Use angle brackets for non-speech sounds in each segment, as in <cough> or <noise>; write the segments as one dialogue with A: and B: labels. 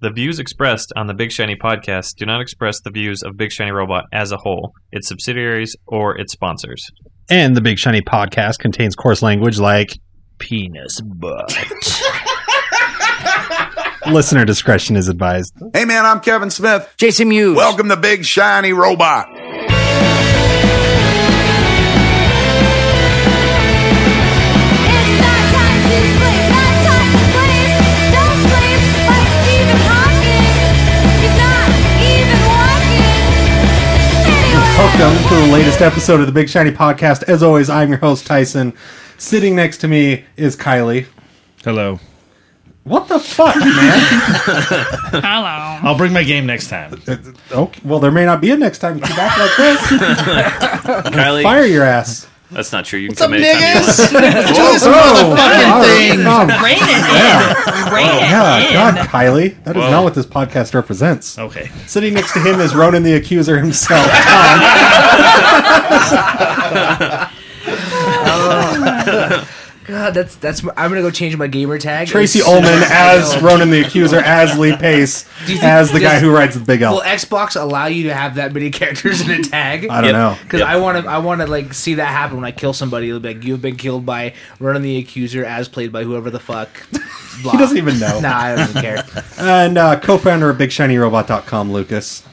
A: The views expressed on the Big Shiny podcast do not express the views of Big Shiny Robot as a whole, its subsidiaries, or its sponsors.
B: And the Big Shiny podcast contains coarse language like <laughs>
C: penis butt.
B: listener discretion is advised.
D: Hey man, I'm Kevin Smith.
C: Jason Mewes.
D: Welcome to Big Shiny Robot.
E: It's not time to sleep, not time to sleep. Don't sleep like Stephen Hawking. He's not even walking.
B: Welcome to the latest episode of the Big Shiny podcast. As always, I'm your host Tyson. Sitting next to me is Kylie.
F: Hello.
B: What the fuck, man?
G: Hello.
F: I'll bring my game next time.
B: okay, well, there may not be a next time. If you back like this,
F: <laughs>
H: Kylie,
B: fire your ass.
H: that's not true. You can come anytime you want.
B: All right. Oh,
G: Rain it in. Rain
B: <laughs> yeah,
G: it in.
B: God, Kylie, that is not what this podcast represents.
F: Okay.
B: Sitting next to him is Ronan the Accuser
H: <laughs>
B: himself.
C: God, that's that's. I'm gonna go change my gamer tag.
B: Oh. Tracy
C: It's-
B: Ullman as Ronan the Accuser, as Lee Pace,
C: you think-
B: as the guy
C: does-
B: who rides the Big
C: Will
B: L.
C: Xbox allow you to have that many <laughs> characters in a tag? <laughs>
B: I don't know.
C: Because I want to, I want to like see that happen when I kill somebody. It'll be like you've been killed by Ronan the Accuser, as played by whoever
B: <laughs>
C: the fuck. Blah.
B: He doesn't even know.
C: Nah, I don't
B: <laughs>
C: even care.
B: And uh, co-founder of BigShinyRobot.com, Lucas.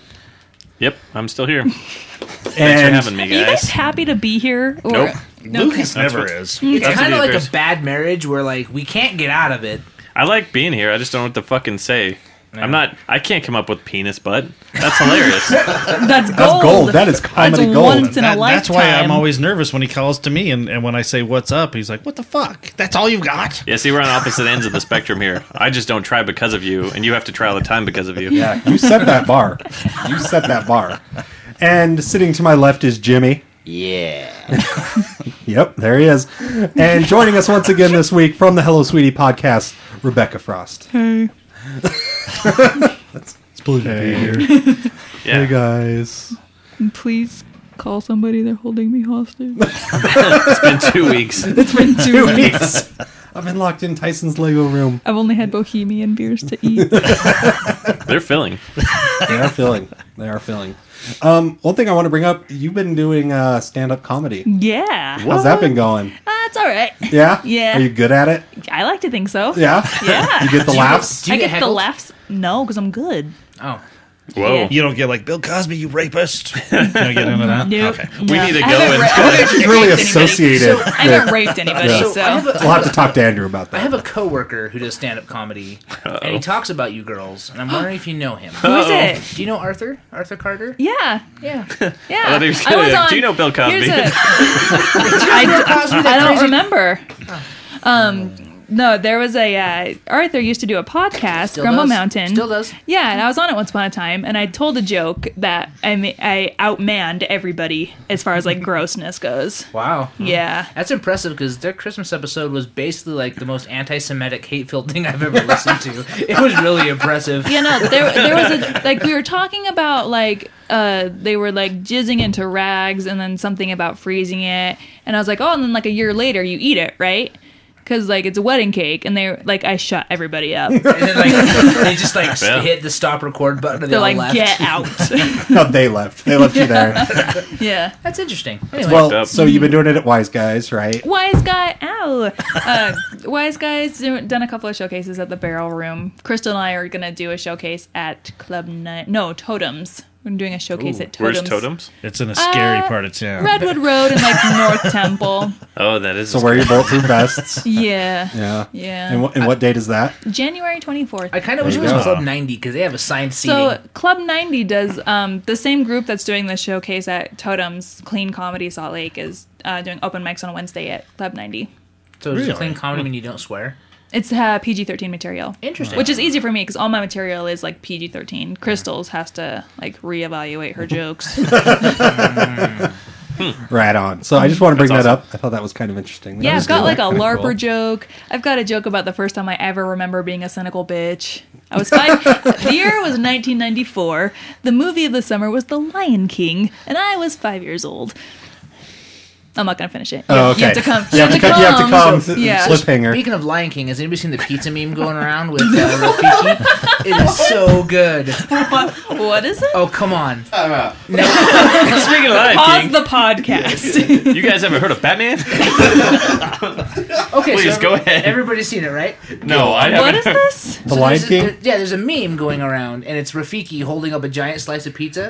H: Yep, I'm still here. Thanks for
B: And
H: having me,
G: Are you guys
H: guys.
G: happy to be here? Or,
H: Nope.
G: No, okay.
F: Lucas never is.
C: It's
H: That's what
C: kind of
H: you
C: like
H: agree.
C: a bad marriage where like we can't get out of it.
H: I like being here. I just don't know what to fucking say. I'm not. I can't come up with penis butt. That's hilarious.
B: <laughs>
G: That's gold.
B: that's gold. That is
G: That's
B: comedy gold.
G: once in a
F: That-
G: lifetime.
F: that's why I'm always nervous when he calls to me and, and when I say, What's up? He's like, What the fuck? That's all you've got?
H: yeah, see, we're on opposite ends of the spectrum here. I just don't try because of you, and you have to try all the time because of you.
B: yeah, you set that bar. You set that bar. And sitting to my left is Jimmy.
C: Yeah.
B: <laughs> Yep, there he is. And joining us once again this week from the Hello Sweetie podcast, Rebecca Frost. Hey
F: It's blue.
H: Yeah.
B: guys.
I: Please call somebody. They're holding me hostage.
H: It's been <laughs> two weeks.
I: It's been <laughs> two
B: Two
I: weeks.
B: weeks. <laughs> I've been locked in Tyson's Lego room.
I: I've only had bohemian beers to eat.
H: They're filling.
B: They are filling. They are filling. Um, one thing I want to bring up: you've been doing uh, stand-up comedy.
I: Yeah.
B: How's that been going?
I: That's all right.
B: Yeah.
I: Yeah.
B: Are you good at it?
I: I like to think so.
B: Yeah. <laughs>
I: Yeah.
B: You get the laughs.
C: Do you
I: I
C: get
I: get, the
C: heckled?
I: laughs. No, because I'm good.
C: Oh.
H: Whoa.
F: You don't get like, Bill Cosby, you rapist. You don't get into that?
I: Nope.
F: Okay.
H: We
I: No.
H: need to
I: I
H: go
I: haven't
H: and-
I: ra- I
B: I think
I: haven't
B: <laughs> she's
I: raped
B: really
I: anybody.
B: associated.
I: I haven't raped anybody,
C: So, I have
I: so.
C: a,
B: We'll uh, have to talk to Andrew about
C: I
B: that.
C: have a coworker who does stand up comedy, and he talks about you girls, and I'm wondering if you know him.
I: Who is it?
C: Do you know Arthur? Arthur Carter?
I: Yeah.
C: Yeah.
I: Yeah.
H: thought he was gonna- Do you know Bill Cosby?
I: here's a- <laughs> I, I don't remember. Um, no, there was a uh, Arthur used to do a podcast,
C: Still
I: Grumble
C: does.
I: Mountain.
C: Still does.
I: Yeah, and I was on it once upon a time, and I told a joke that I ma- I outmanned everybody as far as like grossness goes.
C: Wow.
I: Yeah.
C: That's impressive because their Christmas episode was basically like the most anti-Semitic, hate-filled thing I've ever listened to. It was really impressive.
I: Yeah, no, there, there was a like we were talking about like uh they were like jizzing into rags and then something about freezing it and I was like oh and then like a year later you eat it right because like it's a wedding cake and they like I shut
C: <laughs>
I: everybody up they're
C: And then like they just like s-
H: Yeah.
C: hit the stop record button and they all
I: like
C: left.
I: get out <laughs>
B: No, they left. They left you <laughs> there.
I: yeah
C: <laughs> That's interesting. Anyway,
B: Well,
H: up.
B: so you've been doing it at Wise Guys, right?
I: wise guy ow uh, <laughs> wise guys do- done a couple of showcases at the barrel room Crystal and I are gonna do a showcase at Club Night no Totems we're doing a showcase at Totems
H: Where's totems?
F: It's in a scary part of town.
I: Redwood Road and like North Temple
H: Oh, that is.
B: So wear your <laughs> bulletproof vests.
I: yeah.
B: Yeah.
I: Yeah.
B: And what, and what date is that?
I: January 24th.
C: I kind of wish it
B: you
C: was
B: go.
C: Club 90 because they have assigned seating.
I: so Club 90 does um, the same group that's doing the showcase at Totems Clean Comedy Salt Lake is uh, doing open mics on Wednesday at Club 90.
C: so it's clean
B: Hmm.
C: comedy when you don't swear.
I: It's uh, PG-13 material.
C: Interesting.
I: Which is easy for me because all my material is like PG-13. Crystals has to like reevaluate
B: <laughs>
I: her jokes.
B: Right on. So I just want to bring
H: That's
B: that up. I thought that was kind of interesting. That
I: yeah,
B: was
I: I've got
B: cool.
I: like a
B: Kinda
I: LARPer
B: cool.
I: joke. I've got a joke about the first time I ever remember being a cynical bitch. I was five. <laughs> the year was 1994. The movie of the summer was The Lion King, and I was five years old.
J: I'm not gonna finish it.
B: Oh,
J: You have
B: okay.
J: to come.
B: You have to come- you have to
J: comes.
B: come.
J: Yeah.
B: Slip hanger.
C: Speaking of Lion King, has anybody seen the pizza meme going around with
I: <laughs>
C: uh, Rafiki? It is so good.
I: <laughs>
J: what is it?
C: Oh come on!
H: <laughs> Speaking of
J: Pause
H: Lion
J: the
C: <laughs>
J: podcast.
H: King, you guys ever heard of Batman?
C: Okay,
H: Please,
C: so
H: go ahead.
C: Everybody's seen it, right?
H: No, I haven't.
J: what is this?
B: The
C: So
B: Lion
C: there's a-
B: King.
C: there- yeah, there's a meme going around, and it's Rafiki holding up a giant slice
J: <laughs>
C: of pizza,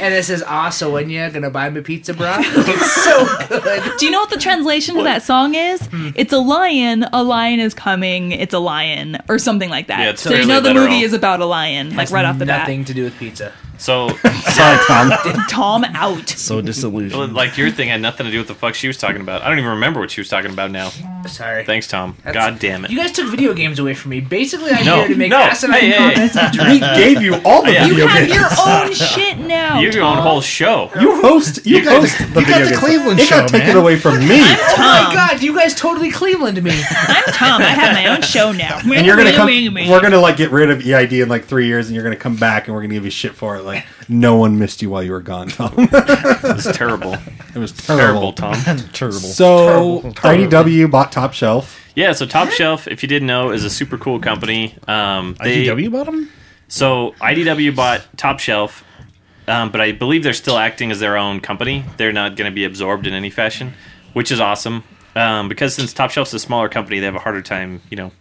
C: and it says, "Ah, so when you gonna buy me
J: <laughs>
C: pizza, brah?" It's so good.
J: Do you know what the translation to that song is? It's a lion. A lion is coming. It's a lion, or something like that.
H: Yeah, it's
J: so you
H: clearly
J: know the
H: literal.
J: movie is about a lion, like right off the
C: Nothing to do with pizza.
H: So,
B: Sorry, Tom.
I: <laughs>
J: bat. Tom out.
F: <laughs> So disillusioned.
H: like your thing had nothing to do with the fuck she was talking about. I don't even remember what she was talking about now.
C: Sorry.
H: Thanks, Tom.
C: That's-
H: God damn it.
C: You guys took video games away from me. Basically, I'm
H: No,
C: here to make
H: no.
C: asinine
H: Hey, hey, hey.
C: comments. and drink.
B: We gave you all the
H: Yeah.
B: video
J: You have
B: games.
J: your own shit now.
H: You're your own
J: Tom.
H: whole show.
B: You host. You,
F: got
B: host
F: the-
B: the
F: you got
B: video
F: the
B: games.
F: Cleveland
B: it
F: show,
B: got taken
F: man.
B: away from me,
C: Oh my god, you guys totally Cleveland
H: <laughs>
C: me.
J: I'm Tom. I have my own show now.
B: and you're gonna come. We're gonna like get rid of EID in like three years, and you're gonna come back, and we're gonna give you shit for it. Like no one missed you while you were gone, Tom.
H: It's terrible.
B: it was terrible.
H: terrible, Tom.
F: Terrible.
B: So IDW bought Top Shelf.
H: Yeah, so Top Shelf, if you didn't know, is a super cool company. Um, they,
F: IDW bottom?
H: So IDW bought Top Shelf, um, but I believe they're still acting as their own company. They're not going to be absorbed in any fashion, which is awesome. Um, because since Top Shelf's a smaller company, they have a harder time, you know,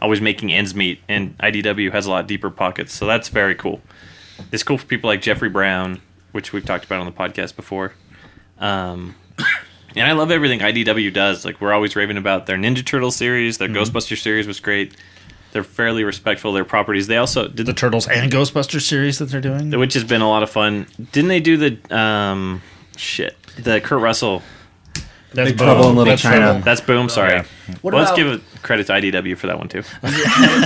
H: always making ends meet. And IDW has a lot deeper pockets, so that's very cool. It's cool for people like Jeffrey Brown, which we've talked about on the podcast before. Um, and I love everything IDW does. Like we're always raving about their Ninja Turtle series, their Ghostbuster series was great. They're fairly respectful of their properties. They also did
F: The Turtles and Ghostbusters series that they're doing?
H: which has been a lot of fun. Didn't they do the um shit the Kurt Russell?
F: That's
B: Big Trouble in
F: Boom.
B: Little
F: That's
B: China.
F: Trouble.
H: That's Boom. Sorry.
C: What
H: Well, let's
C: about-
H: give a credit to IDW for that one
F: <laughs>
H: too.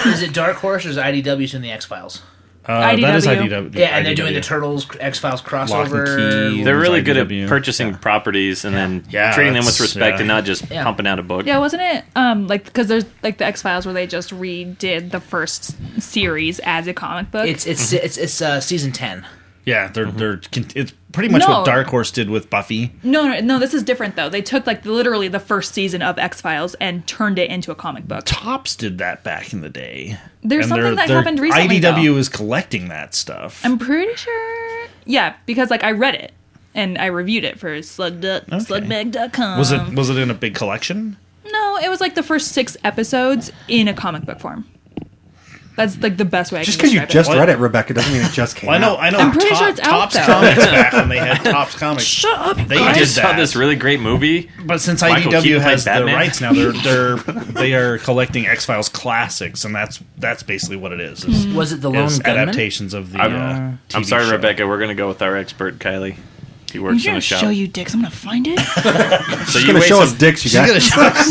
C: Is it Dark Horse or is it IDW's in the X Files?
F: Uh, That is
J: IDW.
F: IDW.
C: Yeah, and they're doing the
F: Turtles.
C: Turtles X Files
F: and
C: crossover.
F: key.
H: They're really good
F: IDW.
H: at purchasing properties and then
F: Yeah,
H: treating them with
F: that's-
H: respect
F: yeah.
H: and not just
C: Yeah.
H: pumping out a book.
J: Yeah, wasn't it um like because there's like the X Files where they just redid the first series as a comic book.
C: It's it's it's it's uh, season ten.
F: Yeah, they're,
B: Mm-hmm.
F: they're, con- it's pretty much
J: No.
F: what Dark Horse did with Buffy.
J: no, no, no. This is different though. They took like literally the first season of X Files and turned it into a comic book.
F: Tops did that back in the day.
J: There's
F: And
J: something
F: they're-
J: that
F: they're-
J: happened recently,
F: IDW
J: though.
F: is collecting that stuff.
J: I'm pretty sure. Yeah, because like I read it and I reviewed it for slug slugmag.com.
F: was it was it in a big collection?
J: No, it was like the first six episodes in a comic book form. That's like the best way. I
B: Just
J: can
B: because you
J: describe
B: just
J: it.
B: read it, Rebecca, doesn't mean it just came
F: Well, I know,
B: out.
F: I know.
J: I'm pretty sure it's out,
F: Tops
J: though.
F: Comics back when they had Tops Comics.
J: Shut up! you
F: They
J: guys.
H: I
F: did
H: just saw
F: that.
H: this really great movie.
F: But since
H: Michael
F: IDW
H: Keaton
F: has
H: played
F: the
H: Batman?
F: rights
H: <laughs>
F: now, they're they're they are collecting X Files classics, and that's that's basically what it is.
J: Hmm.
F: is,
C: Was it the Lone
F: is
C: Gunman?
F: adaptations of the.
H: I'm,
F: uh, TV
H: I'm sorry,
F: show. <laughs>
H: Rebecca. We're gonna go with our expert, Kylie. He
J: I'm
H: works in
J: gonna
H: a shop.
J: show you dicks. I'm gonna find
F: <laughs>
J: it.
H: <laughs> so
B: She's
H: you
B: gonna
H: waste
B: show us
H: some-
B: dicks, you
F: She's gonna
B: guys.
F: show us.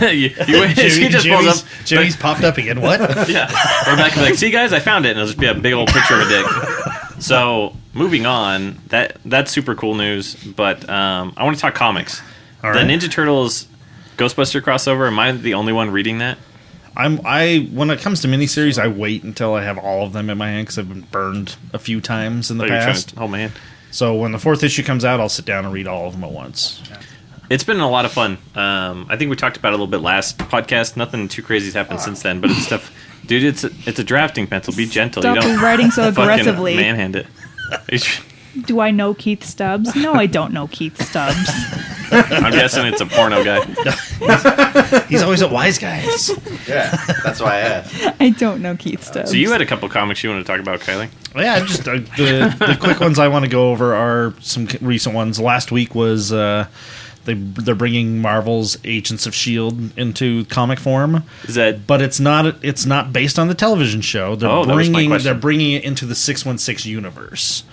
H: <laughs>
F: Yeah, <laughs>
H: you, you waste- she just pulls
F: Jimmy's,
H: up.
F: Jimmy's popped up again. What? <laughs>
H: Yeah. Rebecca be like, see guys, I found it, and it'll just be a big old picture of a dick. So moving on, that that's super cool news. But um, I want to talk comics.
F: All
H: the
F: right.
H: Ninja Turtles Ghostbuster crossover. Am I the only one reading that?
F: I'm I when it comes to miniseries, I wait until I have all of them in my hand because I've been burned a few times in the
H: Thought you were trying
F: past.
H: to- oh man,
F: So when the fourth issue comes out, I'll sit down and read all of them at once.
H: it's been a lot of fun. Um, I think we talked about it a little bit last podcast. Nothing too crazy's happened since then, but it's stuff. Dude, it's a, it's a drafting pencil. Be gentle. you
J: Stop
H: don't
I: writing
H: <laughs>
I: so
H: fucking
I: aggressively.
H: manhand it. <laughs> It's-
I: Do I know Keith Stubbs? No, I don't know Keith Stubbs.
J: <laughs>
H: I'm guessing it's a porno
F: <laughs>
H: guy.
F: He's always at Wise Guys.
K: Yeah, that's why I asked.
I: I don't know Keith Stubbs.
H: <laughs> So you had a couple comics you want to talk about, Kylie?
F: Well, <laughs> yeah, I'm just uh, the the quick ones I want to go over are some c- recent ones. Last week was uh, they they're bringing Marvel's Agents of Shield E into comic form,
H: Is that
F: but it's not it's not based on the television show. They're
H: Oh, that was my
F: bringing
H: question.
F: they're bringing it into the six one six universe.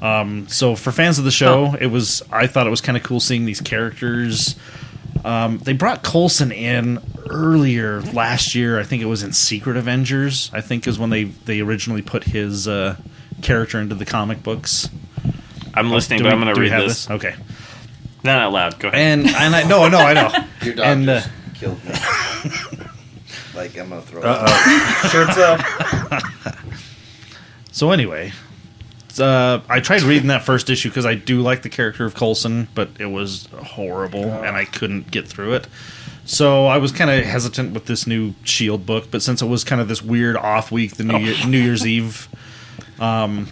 F: Um, so for fans of the show, it was I thought it was kind of cool seeing these characters. Um, they brought Colson in earlier last year. I think it was in Secret Avengers. I think is when they they originally put his uh, character into the comic books.
H: I'm listening,
F: Do
H: but
F: we-
H: I'm going
F: do
H: to
F: we
H: read
F: have
H: this.
F: Okay,
H: Not out loud. Go ahead.
F: and and I no no I know.
K: Your doctors
F: And, uh,
K: killed me. like I'm
B: <laughs>
K: gonna throw.
B: Uh-oh.
K: up. Shirts up.
F: So anyway, uh, I tried reading that first issue because I do like the character of Coulson, but it was horrible and I couldn't get through it. So I was kind of hesitant with this new Shield E book, but since it was kind of this weird off week, the New, Year, new Year's Eve, um,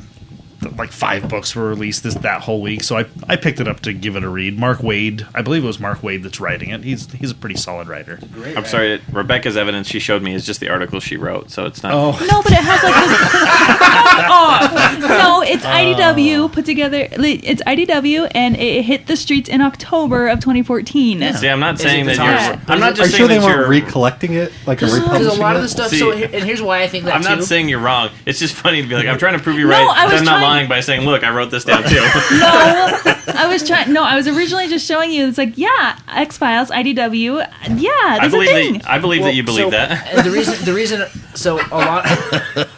F: th- like five books were released this that whole week. So I I picked it up to give it a read. Mark Wade, I believe it was Mark Wade that's writing it. He's he's a pretty solid writer.
H: I'm sorry. that Rebecca's evidence she showed me is just the article she wrote, so it's not.
F: Oh,
J: No, but it has like this. <laughs> Fuck off. No, it's
H: Oh.
J: IDW put together. li- It's IDW, and it hit the streets in October of 2014.
H: See, I'm not saying
C: the
H: that
C: top-
H: you're. I'm not
B: Are you
H: just
B: sure
H: saying
B: they
H: that
B: weren't
H: you're.
B: recollecting it, like a
C: Because
B: republishing
C: a lot of
B: it?
C: the stuff.
H: See,
C: so here, and here's why I think that
H: I'm
C: too.
H: not saying you're wrong. It's just funny to be like, I'm trying to prove you
J: No,
H: right.
J: I
H: but
J: was
H: I'm not
J: trying-
H: lying by saying, look, I wrote this down too.
J: No, I was trying. No, I was originally just showing you. It's like, yeah, X Files, IDW. Yeah,
H: I
J: that's a
H: believe
J: thing.
H: that. I believe
C: Well,
H: that you believe
C: so-
H: that. <laughs>
C: And the reason, the reason, so a lot.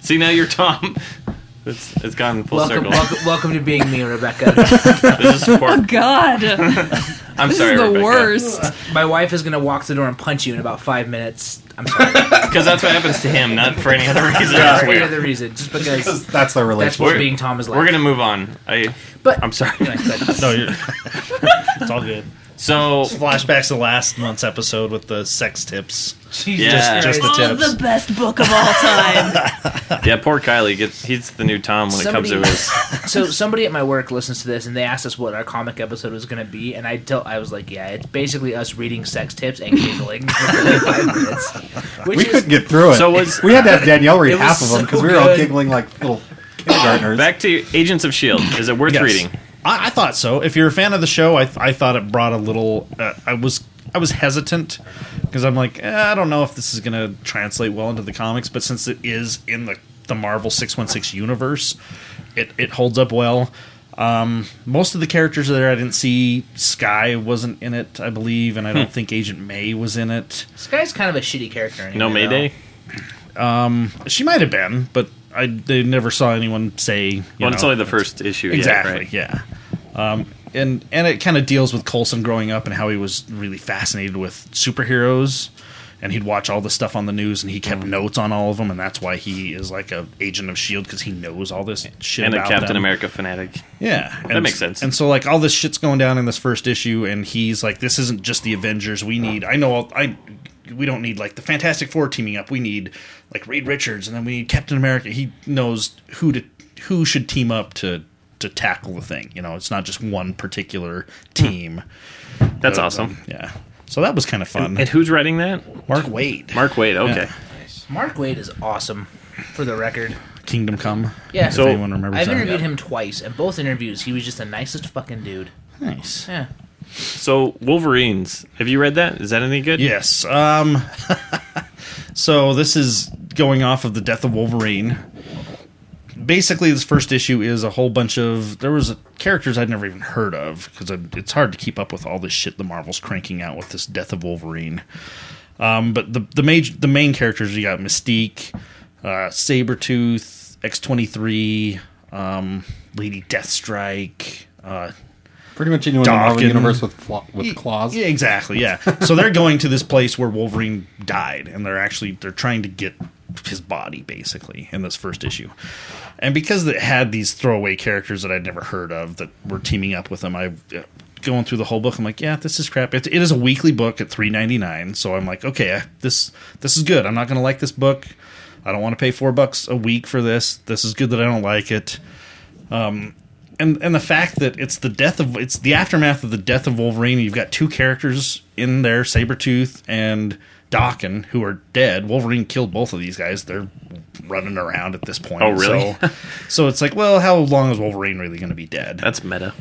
H: See, now you're Tom. It's it's gone full
C: welcome,
H: circle.
C: welcome, welcome to being me, Rebecca.
H: <laughs> This is support.
J: Oh,
C: <laughs>
J: God, this
H: I'm
J: is
H: sorry,
J: the
H: Rebecca.
J: worst.
C: My wife is gonna walk to the door and punch you in about five minutes. I'm
H: <laughs>
C: sorry.
H: Because that's what happens to him, not for any other reason. It's
C: That's any
H: weird.
C: other reason, just because
B: That's our
C: that's
B: relationship.
C: what
H: We're-
C: being Tom is like.
H: We're gonna move on. I
C: but
H: I'm sorry.
C: Anyway, but-
H: <laughs>
F: no, <laughs> you're, it's all good.
H: So
F: Flashbacks to last month's episode with the sex tips.
H: yeah,
F: Just the
J: Oh,
F: tips.
J: the best book of all time.
H: yeah. Poor Kylie gets. He's the new Tom when it
C: Somebody-
H: comes to
C: <laughs>
H: his.
C: so somebody at my work listens to this and they asked us what our comic episode was going to be, and I tell I was like, yeah, it's basically us reading sex tips and giggling for 45 minutes, which
B: we
C: is
B: couldn't get through it.
H: So was-
B: we had to have Danielle
C: It
B: read
C: was
B: half of them because
C: so
B: we were all
C: good.
B: giggling like little kindergartners.
H: Back to Agents of
F: <clears throat>
H: Shield. E Is it worth
F: Yes.
H: reading?
F: I, I thought so. If you're a fan of the show, I, I thought it brought a little. Uh, I was I was hesitant because I'm like eh, I don't know if this is going to translate well into the comics, but since it is in the the Marvel six one six universe, it it holds up well. Um, most of the characters are there. I didn't see Sky wasn't in it, I believe, and I
H: Hmm.
F: don't think Agent May was in it.
C: this guy's kind of a shitty character. Anyway,
H: No Mayday.
F: She might have been, but I they never saw anyone say. you
H: Well, it's
F: know,
H: only the first issue. yet,
F: Exactly.
H: right?
F: Yeah. Um, and and it kind of deals with Colson growing up and how he was really fascinated with superheroes, and he'd watch all the stuff on the news and he kept
H: Mm-hmm.
F: notes on all of them, and that's why he is like a agent of Shield because he knows all this shit.
H: And a
F: about
H: Captain
F: them.
H: America fanatic.
F: Yeah, that
H: makes sense.
F: And so like all this shit's going down in this first issue, and he's like, "This isn't just the Avengers. We need. I know. all- I we don't need like the Fantastic Four teaming up. We need like Reed Richards, and then we need Captain America. He knows who to who should team up to to tackle the thing. You know, it's not just one particular team.
H: That's
F: Um,
H: awesome.
F: Yeah. So that was kind of fun.
H: And who's writing that?
F: Mark Wade,
H: Mark Wade. Okay.
F: Yeah.
C: Mark Wade is awesome, for the record.
F: Kingdom Come.
C: Yeah.
F: If
C: So,
F: anyone remembers
C: I've
F: that.
C: interviewed him twice, and both interviews he was just the nicest fucking dude.
F: Nice.
C: Yeah.
H: So Wolverines. Have you read that? Is that any good?
F: Yes. Um, <laughs> so this is going off of the death of Wolverine. Basically, this first issue is a whole bunch of there was characters I'd never even heard of because it's hard to keep up with all this shit the Marvel's cranking out with this death of Wolverine. Um, but the the major the main characters you got Mystique, uh, Sabretooth, X twenty three, Lady Deathstrike. Uh,
B: Pretty much anyone in the Marvel
F: Dawkins.
B: universe with fla- with claws.
F: yeah, exactly. Yeah. so they're going to this place where Wolverine died, and they're actually they're trying to get his body basically in this first issue. And because it had these throwaway characters that I'd never heard of that were teaming up with him, I uh, going through the whole book. I'm like, yeah, this is crap. It, it is a weekly book at 3.99, so I'm like, okay, I, this this is good. I'm not gonna like this book. I don't want to pay four bucks a week for this. This is good that I don't like it Um, and and the fact that it's the death of it's the aftermath of the death of Wolverine. You've got two characters in there, Sabretooth and Dawkin, who are dead. Wolverine killed both of these guys. They're running around at this point.
H: Oh, really?
F: So, so it's like, well, how long is Wolverine really going to be dead?
H: That's meta.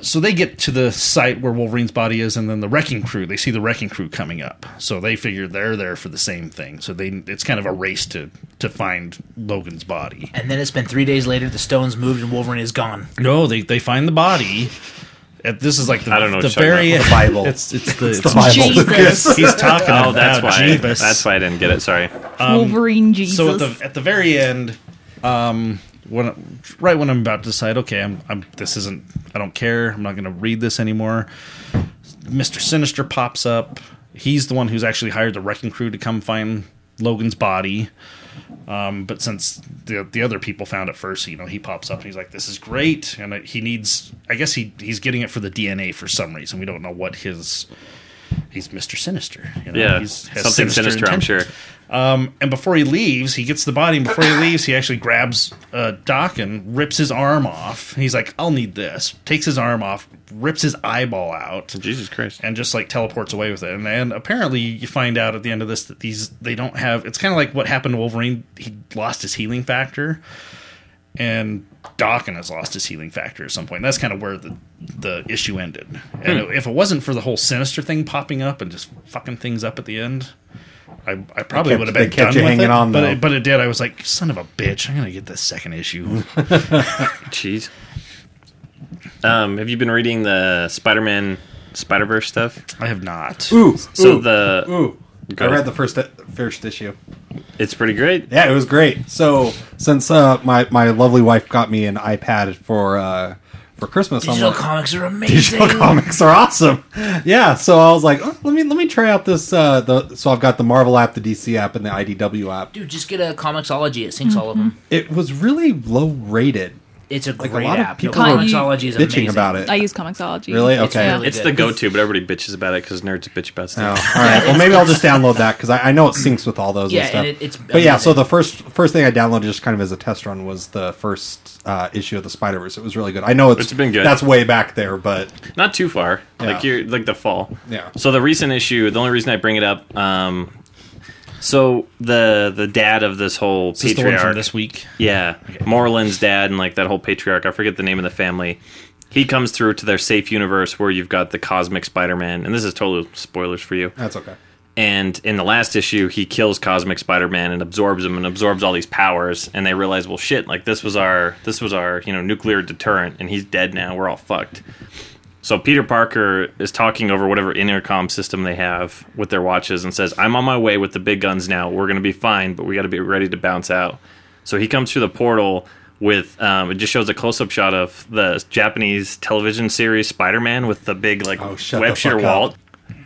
F: so they get to the site where Wolverine's body is, and then the wrecking crew. They see the wrecking crew coming up, so they figure they're there for the same thing. So they it's kind of a race to to find Logan's body.
C: And then it's been three days later. The stones moved, and Wolverine is gone.
F: No, they they find the body. At, this is like the,
H: I don't know
F: the
H: what you're talking
F: very
H: about.
F: Bible. It's it's the,
H: <laughs>
F: it's
J: Jesus,
F: He's talking
H: Oh,
F: about
H: that's Oh, why.
F: Uh, Jeebus.
H: That's why I didn't get it. Sorry.
J: Wolverine Jesus.
F: So at the at the very end, um, when right when I'm about to decide, okay, I'm, I'm this isn't, I don't care, I'm not going to read this anymore. Mister Sinister pops up. He's the one who's actually hired the wrecking crew to come find Logan's body. Um, but since the the other people found it first, you know, he pops up and he's like, "This is great," and it- he needs. I guess he he's getting it for the DNA for some reason. We don't know what his. He's Mister Sinister. You know?
H: Yeah,
F: he's, has
H: something sinister, I'm
F: intentions.
H: sure.
F: Um, and before he leaves, he gets the body, and before he leaves, he actually grabs uh, Doc and rips his arm off. He's like, I'll need this. Takes his arm off, rips his eyeball out,
H: Jesus Christ.
F: and just like teleports away with it. And, and apparently, you find out at the end of this that these, they don't have. It's kind of like what happened to Wolverine. He lost his healing factor, and Dawkins has lost his healing factor at some point. And that's kind of where the, the issue ended. And
B: Hmm.
F: if it wasn't for the whole sinister thing popping up and just fucking things up at the end, I, I probably
B: kept-
F: would have been
B: they kept
F: done
B: you
F: with
B: hanging
F: it,
B: on,
F: but
B: though.
F: it, but it did. I was like, son of a bitch, I'm gonna get this second issue.
B: <laughs>
H: Jeez. Um, have you been reading the Spider-Man Spider-Verse stuff?
F: I have not.
B: Ooh.
H: So
B: ooh,
H: the
B: ooh.
H: Go
B: I
H: ahead.
B: read the first uh, first issue.
H: it's pretty great.
B: Yeah, it was great. So since uh, my my lovely wife got me an iPad for uh, for Christmas, I'm
C: Digital
B: like,
C: comics eh?" are amazing.
B: digital comics are awesome. Yeah, so I was like, oh, let me let me try out this. Uh, the so I've got the Marvel app, the DC app, and the IDW app.
C: Dude, just get a Comixology. It syncs all of them.
B: It was really low rated.
C: It's a
B: Mm-hmm. a
C: great
B: lot of
C: app. No,
B: people
J: are
C: Comixology is
B: bitching
C: amazing.
B: about it.
J: I use Comixology.
B: Really?
C: It's
B: Okay.
C: really
H: It's
C: good.
H: the go-to, but everybody bitches about it because nerds bitch about
B: Oh, all
H: stuff.
B: right. Well, maybe I'll just download that because I, I know it syncs with all those.
C: Yeah,
B: and stuff.
C: and it- it's
B: but yeah. So
C: amazing.
B: the first first thing I downloaded just kind of as a test run was the first uh, issue of the Spider Verse. It was really good. I know it's,
H: It's been good.
B: That's way back there, but
H: Not too far, like
B: Yeah.
H: you're like the fall.
B: Yeah.
H: So the recent issue, the only reason I bring it up, um, so the the dad of this whole
F: This is the one
H: patriarch-
F: from this week.
H: Yeah, Moreland's dad and like that whole patriarch. I forget the name of the family. He comes through to their safe universe where you've got the cosmic Spider-Man, and this is total spoilers for you.
B: that's okay.
H: And in the last issue, he kills Cosmic Spider-Man and absorbs him and absorbs all these powers. And they realize, well, shit, like this was our this was our you know nuclear deterrent, and he's dead now. We're all fucked. So Peter Parker is talking over whatever intercom system they have with their watches and says, "I'm on my way with the big guns now. We're gonna be fine, but we got to be ready to bounce out." So he comes through the portal with um, it just shows a close-up shot of the Japanese television series Spider-Man with the big like
B: Oh, shut
H: web
B: the
H: shear
B: fuck
H: wall.
B: up.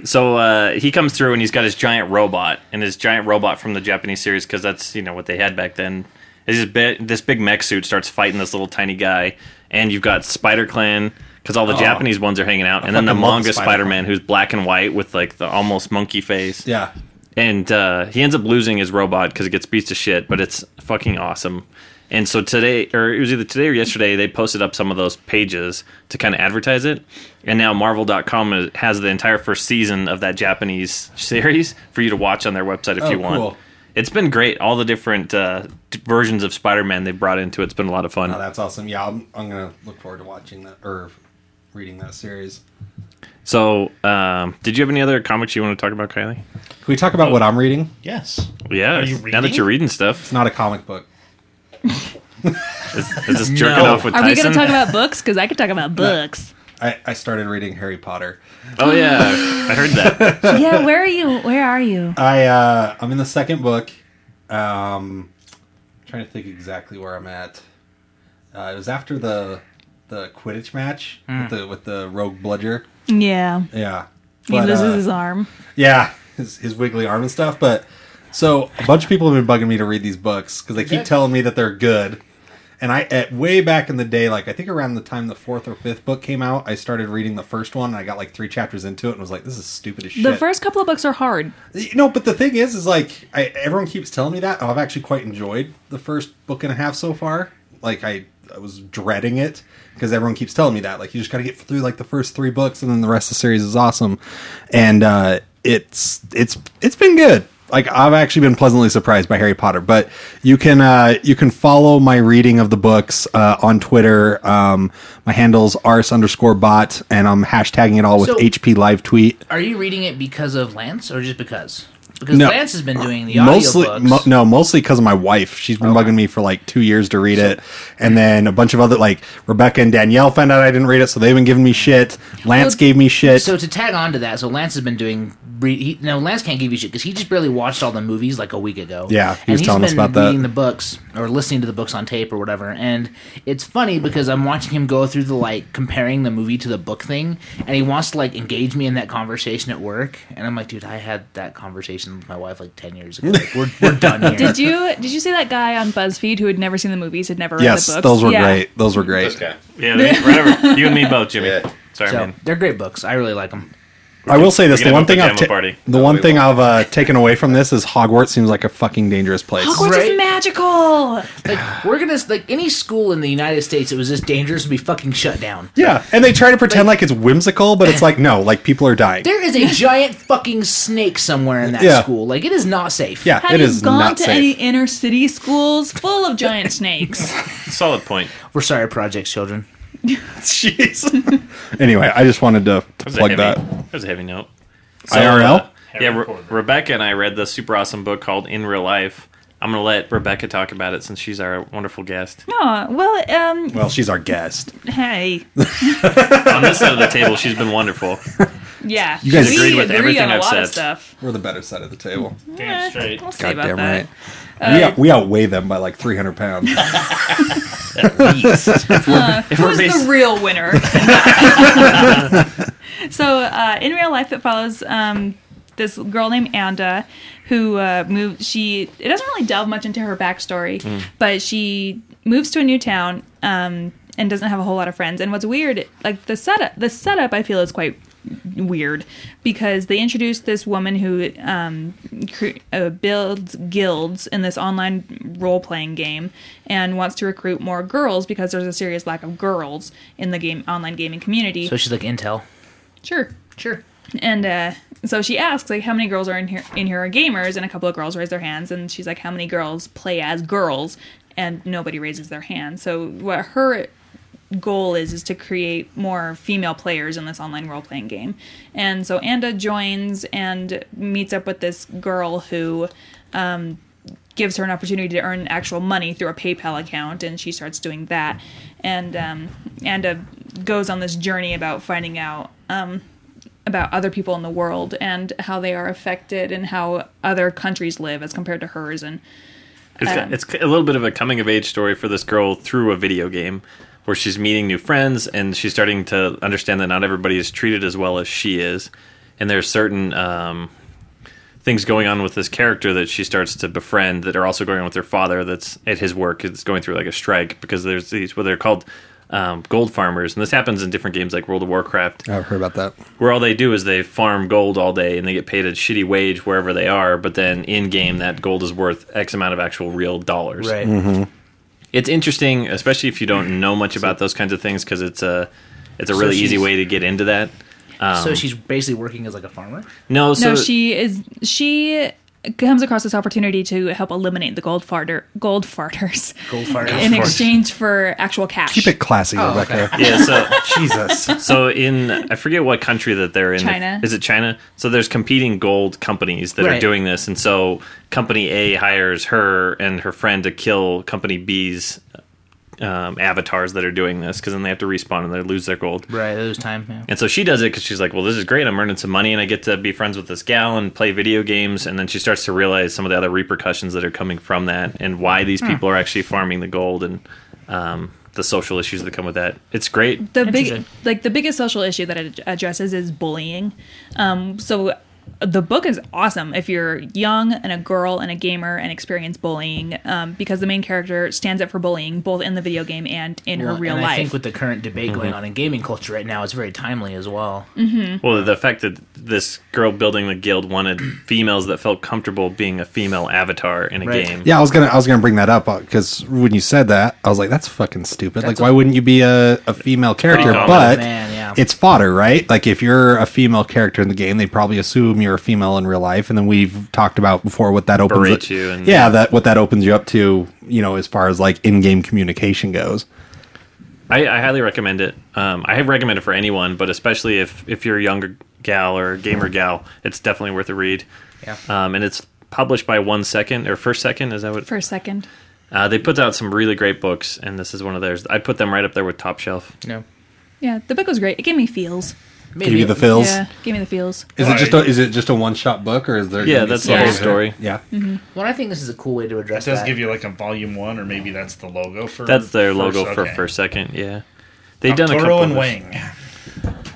H: So uh, he comes through and he's got his giant robot, and his giant robot from the Japanese series, because that's you know what they had back then. Is this big, this big mech suit starts fighting this little tiny guy, and you've got Spider Clan because all the Japanese ones are hanging out, and then the
B: Oh. fucking love
H: manga
B: Spider-Clan.
H: Spider Man who's black and white with like the almost monkey face.
B: Yeah.
H: And uh, he ends up losing his robot because it gets beat to shit, but it's fucking awesome. And so today, or it was either today or yesterday, they posted up some of those pages to kind of advertise it. And now Marvel.com is- has the entire first season of that Japanese series for you to watch on their website if
B: Oh,
H: you want.
B: cool.
H: It's been great. All the different uh, d- versions of Spider Man they brought into it. has been a lot of fun.
B: Oh, that's awesome. Yeah, I'm, I'm gonna look forward to watching that or reading that series.
H: so, um, did you have any other comics you want to talk about, Kylie?
B: Can we talk about what I'm reading?
F: Yes.
H: Yeah.
F: you
H: Now that
F: reading?
H: you're reading stuff,
B: It's not a comic book.
H: is, is
B: <laughs>
H: this jerking off with
J: Are
H: Tyson?
J: we going to talk about books? Because I could talk about
B: <laughs>
J: books.
B: I, I started reading Harry Potter.
J: <laughs>
H: oh yeah, I heard that.
J: yeah, where are you? Where are you?
B: I uh, I'm in the second book. Um, trying to think exactly where I'm at. Uh, it was after the the Quidditch match with the with the Rogue Bludger.
I: Yeah.
B: Yeah,
I: He
B: But,
I: loses
B: uh,
I: his arm.
B: yeah, his, his wiggly arm and stuff. But so a bunch of people have been bugging me to read these books because they keep telling me that they're good. And I, at way back in the day, like I think around the time the fourth or fifth book came out, I started reading the first one. And I got like three chapters into it and was like, "This is stupid as shit."
J: The first couple of books are hard.
B: You know, but the thing is, is like I, everyone keeps telling me that. I've actually quite enjoyed the first book and a half so far. Like I, I was dreading it because everyone keeps telling me that. Like you just got to get through like the first three books, and then the rest of the series is awesome. And uh, it's it's it's been good. Like I've actually been pleasantly surprised by Harry Potter. But you can uh, you can follow my reading of the books uh, on Twitter. Um, my handle's arse underscore bot, and I'm hashtagging it all with
C: So-
B: HP live tweet.
C: Are you reading it because of Lance or just because? Because
B: No.
C: Lance has been doing the
B: mostly
C: audiobooks.
B: mo- no mostly because of my wife she's been bugging me for like two years to read it and then a bunch of other like rebecca and danielle found out i didn't read it so they've been giving me shit lance
C: Well,
B: gave me shit
C: So to tag on to that, so Lance has been doing. Re- he, no, Lance can't give you shit because he just barely watched all the movies like a week ago.
B: Yeah, he
C: and
B: was
C: he's
B: telling
C: been
B: us about that.
C: reading the books or listening to the books on tape or whatever. And it's funny because I'm watching him go through the like comparing the movie to the book thing, and he wants to like engage me in that conversation at work. And I'm like, dude, I had that conversation Jason with my wife like ten years ago. Like, we're
J: <laughs>
C: we're done here.
J: Did
B: <laughs>
J: you did you see that guy on BuzzFeed who had never seen the movies, had never read
B: Yes,
J: the books?
B: those were
J: Yeah.
B: great. Those were great.
K: This guy.
H: Yeah, they, whatever. You and me both, Jimmy.
K: Yeah.
H: Sorry,
C: So
H: man.
C: they're great books. I really like them.
B: I will say this: the
H: We're gonna
B: one
H: have a
B: thing I've
H: pajama
B: ta-
H: party.
B: the one thing I've uh, taken away from this is Hogwarts seems like a fucking dangerous place.
J: Hogwarts
C: Right?
J: is magical.
C: Like we're gonna like any school in the United States that was this dangerous would be fucking shut down.
B: Yeah, and they try to pretend like, it's whimsical, but it's like no, like people are dying.
C: There
K: <laughs>
C: is a giant fucking snake somewhere in that
B: Yeah.
C: school. Like it is not safe.
B: Yeah,
J: Have
B: it
J: you
B: is
J: gone
B: not
J: to
B: safe.
J: any inner city schools full of giant
B: <laughs>
J: snakes?
H: Solid point.
C: We're sorry, Project Children.
H: Jeez.
B: Anyway, I just wanted to, to
H: That was a
B: plug
H: heavy, uh,
B: that.
H: that was a heavy note.
B: IRL?
H: yeah, Re- Rebecca and I read the super awesome book called In Real Life. I'm going to let Rebecca talk about it since she's our wonderful guest.
I: Oh, well, um,
B: Well, she's our guest.
I: hey.
H: On this side of the table, she's been wonderful.
I: Yeah. You
B: guys
I: we
H: agreed with
I: agree
H: everything
I: on a
H: I've
I: lot of
H: said.
I: stuff.
B: We're the better side of the table.
I: Eh, We'll see about
B: Goddamn
I: that.
B: right. we, out, we outweigh them by like 300 pounds.
H: If we're
I: Who's
H: based-
I: the real
B: <laughs>
I: winner? so, uh, in real life, it follows um, this girl named Anda who uh, moved. She it doesn't really delve much into her backstory, but she moves to a new town um, and doesn't have a whole lot of friends. And what's weird, like the setup, the setup I feel is quite weird because they introduced this woman who um, cre- uh, builds guilds in this online role playing game and wants to recruit more girls because there's a serious lack of girls in the game online gaming community.
C: So she's like Intel.
I: sure.
C: Sure.
I: And uh, so she asks, like, how many girls are in here? In here are gamers, and a couple of girls raise their hands. And she's like, how many girls play as girls? And nobody raises their hand. So what her goal is is to create more female players in this online role playing game. And so Anda joins and meets up with this girl who um, gives her an opportunity to earn actual money through a PayPal account, and she starts doing that. And um, and uh, goes on this journey about finding out um, about other people in the world and how they are affected and how other countries live as compared to hers. And
H: It's, it's a little bit of a coming of age story for this girl through a video game where she's meeting new friends and she's starting to understand that not everybody is treated as well as she is. And there's certain um, things going on with this character that she starts to befriend that are also going on with her father that's at his work. It's going through like a strike because there's these, what they're called um, gold farmers. And this happens in different games like World of Warcraft
B: <laughs> I've heard about that.
H: where all they do is they farm gold all day and they get paid a shitty wage wherever they are, but then in game that gold is worth X amount of actual real dollars.
C: Right.
H: It's interesting, especially if you don't know much about those kinds of things, because it's a it's a
C: So
H: really easy
C: she's-
H: way to get into that.
C: so she's basically working as like a farmer.
H: No, so
I: no, she is she comes across this opportunity to help eliminate the gold farter gold farters
C: Gold farmer.
I: <laughs> in exchange for actual cash.
B: Keep it classy, Rebecca.
H: yeah, so
B: <laughs> Jesus.
H: so in I forget what country that they're in.
I: China.
H: Is it China? So there's competing gold companies that are
C: Right.
H: doing this, and so company A hires her and her friend to kill company B's um, avatars that are doing this because then they have to respawn and they lose their gold.
C: Right. It was time. Yeah.
H: And so she does it because she's like, well, this is great. I'm earning some money and I get to be friends with this gal and play video games. And then she starts to realize some of the other repercussions that are coming from that and why these people are actually farming the gold and um, the social issues that come with that. It's great.
I: the big
C: Interesting.
I: like the biggest social issue that it addresses is bullying um, so the book is awesome if you're young and a girl and a gamer and experience bullying um, because the main character stands up for bullying both in the video game and in
C: Well,
I: her real
C: and I
I: life
C: think with the current debate going
H: Mm-hmm.
C: on in gaming culture right now, it's very timely as well.
K: Mm.
H: Well, the fact that this girl building the guild wanted females that felt comfortable being a female avatar in a
C: Right.
H: game.
B: Yeah, I was gonna I was gonna bring that up because when you said that, I was like, "That's fucking stupid. like,
C: a-
B: why wouldn't you be a, a female character?"
H: common.
B: but
C: Man, yeah.
B: it's fodder, right? Like, if you're a female character in the game, they probably assume you're a female in real life, and then we've talked about before what that opens
H: Berate you and-
B: yeah, that what that opens you up to, you know, as far as like in-game communication goes.
H: I, I highly recommend it. Um, I recommend it for anyone, but especially if, if you're a younger gal or a gamer gal, it's definitely worth a read.
C: Yeah.
H: Um, and it's published by One Second or First Second. Is that what?
I: for a second
H: Uh, they put out some really great books, and this is one of theirs. I'd put them right up there with Top Shelf.
C: No.
I: yeah the book was great it gave me feels
C: Maybe
B: Give you the fills.
I: yeah gave me the feels
B: Is it just a, is it just a one-shot book, or is there?
H: Yeah,
B: gonna be
H: that's the
I: Yeah.
H: whole
B: sequels?
H: story.
B: Yeah,
C: Well, I think this is a cool way to address
F: It does
C: that.
F: give you like a volume one, or maybe that's the logo for.
H: That's their
F: first,
H: logo for
F: okay.
H: First Second. Yeah, they've done a
F: Toro
H: couple.
F: and
H: of-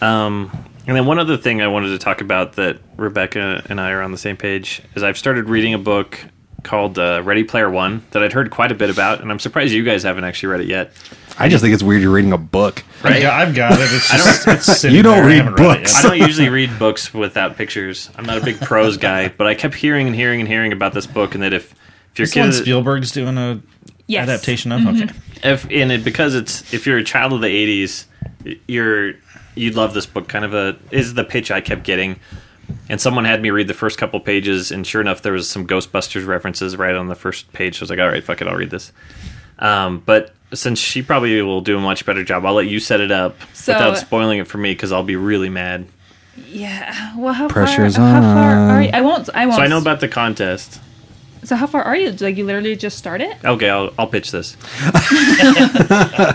F: Wang.
H: And then one other thing I wanted to talk about that Rebecca and I are on the same page is I've started reading a book called uh, Ready Player One that I'd heard quite a bit about, and I'm surprised you guys haven't actually read it yet.
B: I just think it's weird you're reading a book.
F: Right? I've got it.
H: <laughs>
F: It's just, it's sitting
B: You don't
F: there. I
B: read
F: haven't read it
B: books.
F: yet.
H: I don't
F: <laughs>
H: usually read books without pictures. I'm not a big prose guy, but I kept hearing and hearing and hearing about this book, and that if if your
F: This one
H: kid
F: Spielberg's doing a
I: Yes.
F: adaptation of. Okay,
H: if and it, because it's if you're a child of the 80s y- you're you'd love this book kind of a is the pitch i kept getting and someone had me read the first couple pages and sure enough there was some ghostbusters references right on the first page so i was like all right fuck it i'll read this um, but since she probably will do a much better job i'll let you set it up
I: So-
H: without spoiling it for me because i'll be really mad
I: Yeah. Well, how
B: Pressure's
I: far? How far
B: on.
I: are you? I won't. I won't.
H: so i know about the contest
I: So how far are you? Like you literally just started?
H: okay i'll, I'll pitch this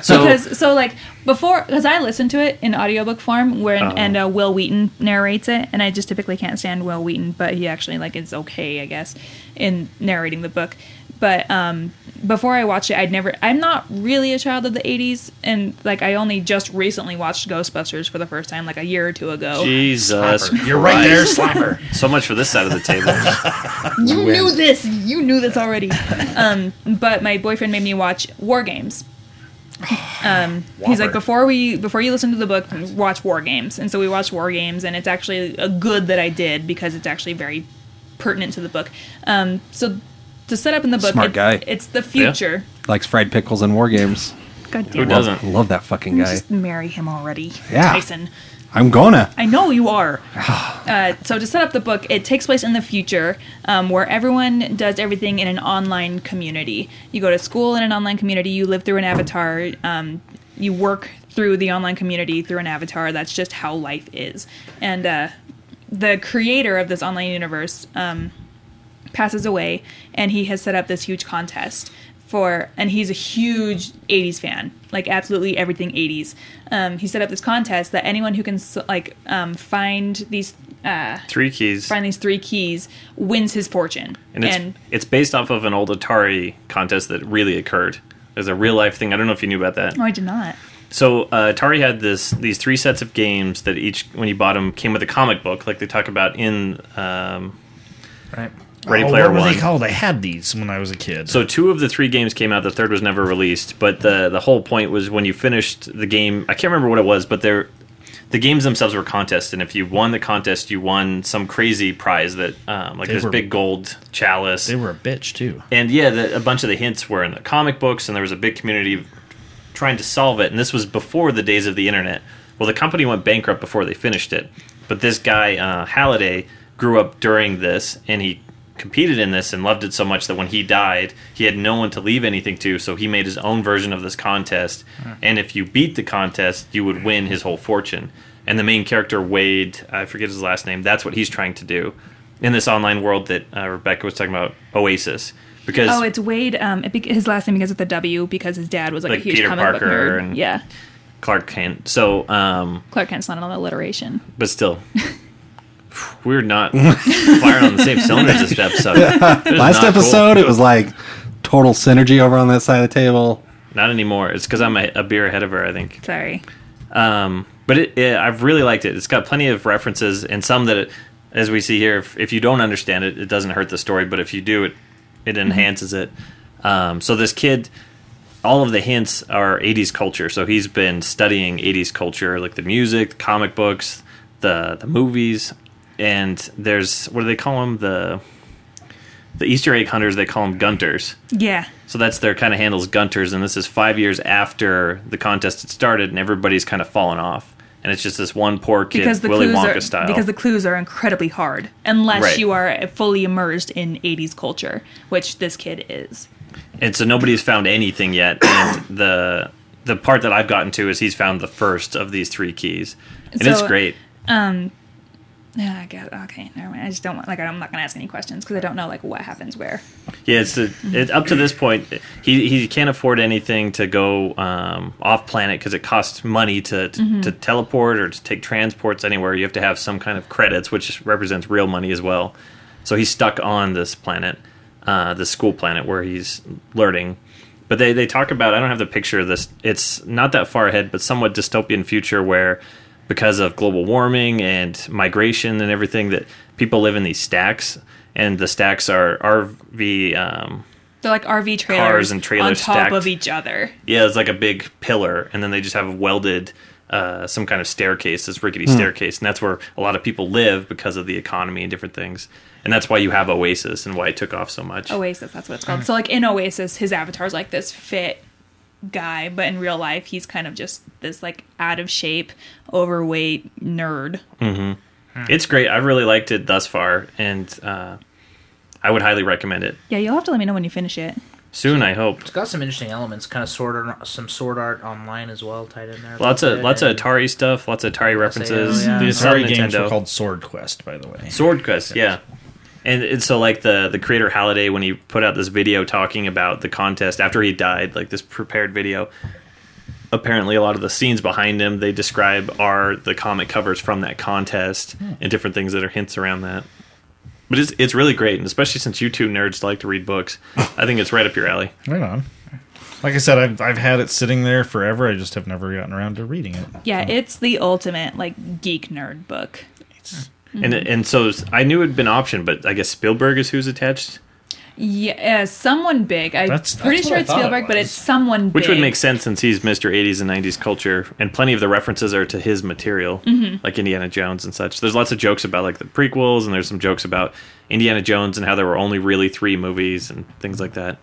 I: So because so like before because I listened to it in audiobook form where
H: Oh.
I: and uh, Will Wheaton narrates it and I just typically can't stand Will Wheaton but he actually like is okay I guess in narrating the book but um before I watched it I'd never I'm not really a child of the 80s and like I only just recently watched Ghostbusters for the first time like a year or two ago
H: jesus
F: you're right there, Slapper.
H: so much for this side of the table
I: You knew this. You knew this
B: <laughs>
I: already. um, but my boyfriend made me watch War Games. Um, he's like, before we, before you listen to the book, watch War Games. And so we watched War Games, and it's actually a good that I did because it's actually very pertinent to the book. Um, so to set up in the book,
B: Smart
I: it-
B: guy.
I: it's the future.
B: Likes fried pickles and war games.
I: God
H: who
I: damn it!
H: doesn't
B: Love that fucking guy.
I: Just marry him already,
B: Yeah.
I: Tyson.
B: I'm gonna.
I: I know you are. uh, so to set up the book, it takes place in the future, um, where everyone does everything in an online community. You go to school in an online community. You live through an avatar. Um, you work through the online community through an avatar. That's just how life is. And uh, the creator of this online universe um, passes away, and he has set up this huge contest for. And he's a huge '80s fan, like absolutely everything '80s. Um, he set up this contest that anyone who can s- like um, find these uh,
H: three keys
I: find these three keys wins his fortune.
H: and it's it's based off of an old Atari contest that really occurred. There's a real life thing. I don't know if you knew about that.
I: no, I did not.
H: So uh, Atari had this these three sets of games that each, when you bought them, came with a comic book, like they talk about in um,
C: Right.
H: <laughs> Ready
F: Oh,
H: Player
F: what were
H: One.
F: they called? I had these when I was a kid.
H: So two of the three games came out. The third was never released. But the the whole point was when you finished the game, I can't remember what it was, but there, the games themselves were contests, and if you won the contest, you won some crazy prize that um, like
F: They
H: this
F: were-
H: big gold chalice.
F: they were a bitch too.
H: and yeah, the, a bunch of the hints were in the comic books, and there was a big community trying to solve it. And this was before the days of the internet. Well, the company went bankrupt before they finished it, but this guy uh, Halliday grew up during this, and he competed in this and loved it so much that when he died, he had no one to leave anything to, so he made his own version of this contest. And if you beat the contest, you would win his whole fortune. And the main character Wade, I forget his last name. That's what he's trying to do in this online world that uh, Rebecca was talking about, Oasis. Because
I: Oh, it's Wade. Um, it, be- his last name begins with a W because his dad was like,
H: Like
I: a huge
H: Peter
I: comic book
H: Parker
I: nerd.
H: and-
I: yeah,
H: Clark Kent. So, um,
I: Clark Kent's not an alliteration.
H: but still, <laughs> we're not <laughs> firing on the same cylinders this episode. This is
B: Last
H: not cool.
B: episode, it was like total synergy over on that side of the table.
H: not anymore. It's because I'm a, a beer ahead of her, I think.
I: Sorry.
H: Um, but it, it, I've really liked it. It's got plenty of references and some that, it, as we see here, if, if you don't understand it, it doesn't hurt the story. But if you do, it it enhances it. Um, so this kid, all of the hints are 80s culture. So he's been studying 80s culture, like the music, the comic books, the the movies, and there's what do they call them the the Easter egg hunters? They call them gunters.
I: Yeah.
H: So that's their kind of handles Gunters, and this is five years after the contest had started, and everybody's kind of fallen off, and it's just this one poor kid,
I: because the
H: Willy
I: clues
H: Wonka
I: are,
H: style.
I: Because the clues are incredibly hard, unless
H: Right.
I: you are fully immersed in '80s culture, which this kid is.
H: and so nobody's found anything yet. And the the part that I've gotten to is he's found the first of these three keys, and it's
I: So-
H: great.
I: Yeah, I guess. Okay, never mind. I just don't want. Like, I'm not gonna ask any questions because I don't know like what happens where.
H: Yeah, it's the it, up to this point, he he can't afford anything to go um, off planet because it costs money to to, to teleport or to take transports anywhere. You have to have some kind of credits, which represents real money as well. So he's stuck on this planet, uh, the school planet where he's learning. But they they talk about I don't have the picture of this. It's not that far ahead, but somewhat dystopian future where because of global warming and migration and everything that people live in these stacks, and the stacks are RV. Um,
I: They're like RV trailers,
H: Cars and trailers
I: on top
H: stacked.
I: of each other.
H: yeah, it's like a big pillar, and then they just have welded uh, some kind of staircase, this rickety staircase, and that's where a lot of people live because of the economy and different things. And that's why you have Oasis and why it took off so much.
I: Oasis, that's what it's called. So like in Oasis, his avatar's like this fit guy, but in real life, he's kind of just this like out of shape, overweight nerd.
H: It's great. I've really liked it thus far, and uh, I would highly recommend it.
I: Yeah, you'll have to let me know when you finish it.
H: Soon, I hope.
C: It's got some interesting elements, kind of sword art, some sword art online as well tied in there.
H: Lots of
C: Yeah.
H: lots of Atari stuff, lots of Atari references.
C: yeah.
F: The
H: It's on
F: Atari games were
H: Nintendo.
F: called Sword Quest, by the way.
H: Sword Quest, yeah. And, and so, like the the creator Halliday, when he put out this video talking about the contest after he died, like this prepared video. Apparently, a lot of the scenes behind him they describe are the comic covers from that contest
F: Hmm.
H: and different things that are hints around that. But it's it's really great, and especially since you two nerds like to read books, I think it's right up your alley.
F: Right on. Like I said, I've, I've had it sitting there forever. I just have never gotten around to reading it.
I: Yeah,
H: Hmm.
I: it's the ultimate like geek nerd book.
H: And and so I knew it'd been option, but I guess Spielberg is who's attached,
I: Yeah, uh, someone big. I'm
F: That's- that's
I: pretty
F: what
I: sure
F: I
I: it's
F: thought it
I: Spielberg, but
F: was.
I: it's someone
H: which
I: big.
H: would make sense since he's Mr. 80s and 90s culture, and plenty of the references are to his material, like Indiana Jones and such. There's lots of jokes about like the prequels, and there's some jokes about Indiana Jones and how there were only really three movies and things like that.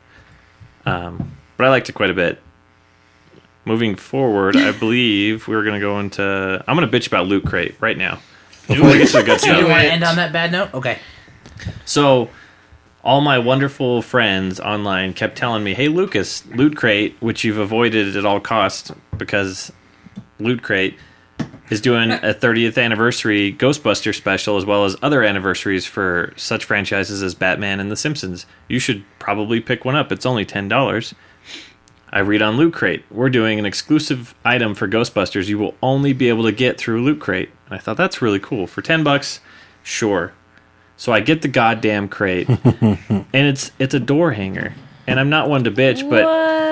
H: Um, but I liked it quite a bit. Moving forward, I believe we're gonna go into. I'm gonna bitch about Loot Crate right now. Before we get to the
C: Do
H: good stuff.
C: you want to end on that bad note? Okay.
H: So, all my wonderful friends online kept telling me, "Hey, Lucas, Loot Crate, which you've avoided at all costs because Loot Crate is doing a 30th anniversary Ghostbuster special as well as other anniversaries for such franchises as Batman and The Simpsons. You should probably pick one up. It's only ten dollars." I read on Loot Crate. We're doing an exclusive item for Ghostbusters you will only be able to get through Loot Crate. And I thought that's really cool. For 10 bucks, sure. So I get the goddamn crate, and it's it's a door hanger. And I'm not one to bitch, but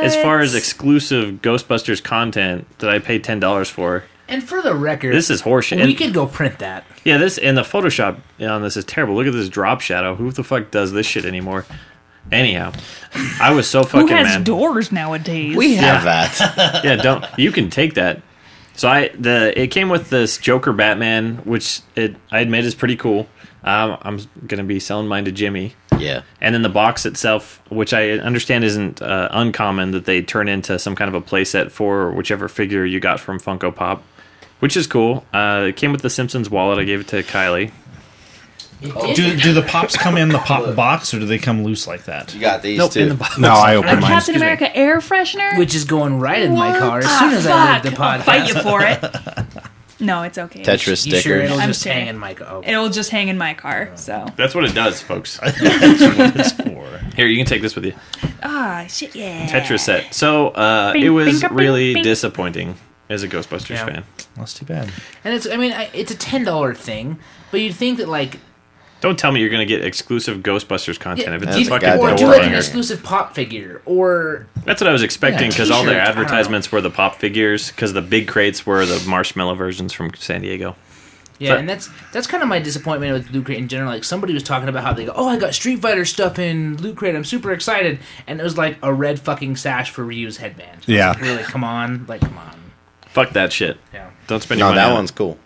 H: as far as exclusive Ghostbusters content that I pay ten dollars for,
C: And for the record,
H: this is horseshit.
C: we
H: And-
C: could go print that.
H: yeah, this and the Photoshop on this is terrible. Look at this drop shadow. Who the fuck does this shit anymore? Anyhow, I was so
I: Who
H: fucking
I: has
H: mad.
I: doors nowadays?
K: We have that.
H: <laughs> yeah, don't you can take that. So I the it came with this Joker Batman, which it I admit is pretty cool. Um, I'm gonna be selling mine to Jimmy.
K: yeah.
H: and then the box itself, which I understand isn't uh, uncommon that they turn into some kind of a playset for whichever figure you got from Funko Pop, which is cool. Uh, it came with the Simpsons wallet. I gave it to Kylie.
F: Do, do the pops come in the pop box, or do they come loose like that?
K: You got these
F: Nope,
K: two.
F: in the box.
B: No, I
I: A
B: opened mine.
I: Captain America air freshener.
C: Which is going right in my car as
I: Ah,
C: soon as I leave the
I: fuck. I'll
C: podcast.
I: fight you for it.
C: <laughs>
I: no, it's okay.
K: Tetris
C: You sure
K: stickers.
C: it'll
I: I'm
C: just
I: sure.
C: hang in my car? Okay.
I: It'll just hang in my car. So
H: That's what it
K: <laughs>
H: does, folks.
F: Or-
H: Here, you can take this with you.
I: ah shit yeah.
H: Tetris set. So uh,
I: Bing,
H: it was
I: bing, bing,
H: really
I: bing.
H: disappointing as a Ghostbusters
C: Yeah.
H: fan.
F: That's too bad.
C: And it's, I mean, I, it's a ten dollar thing, but you'd think that like,
H: Don't tell me you're going to get exclusive Ghostbusters content if it's
K: That's
H: a
K: a
H: fucking
K: goddamn
C: or
H: door
C: do
K: word.
C: like an
H: hanger.
C: exclusive pop figure, or
H: That's what I was expecting
F: Yeah,
H: because all their
C: t-shirts, I don't know.
H: advertisements were the pop figures because the big crates were the marshmallow versions from San Diego.
C: Yeah,
H: But-
C: and that's that's kind of my disappointment with Loot Crate in general. Like somebody was talking about how they go, "Oh, I got Street Fighter stuff in Loot Crate. I'm super excited," and it was like a red fucking sash for Ryu's headband. It's
B: Yeah.
C: like, really? Come on, like come on.
H: Fuck that shit.
C: Yeah.
H: Don't spend your
K: No,
H: money.
K: that
H: on it.
K: one's cool.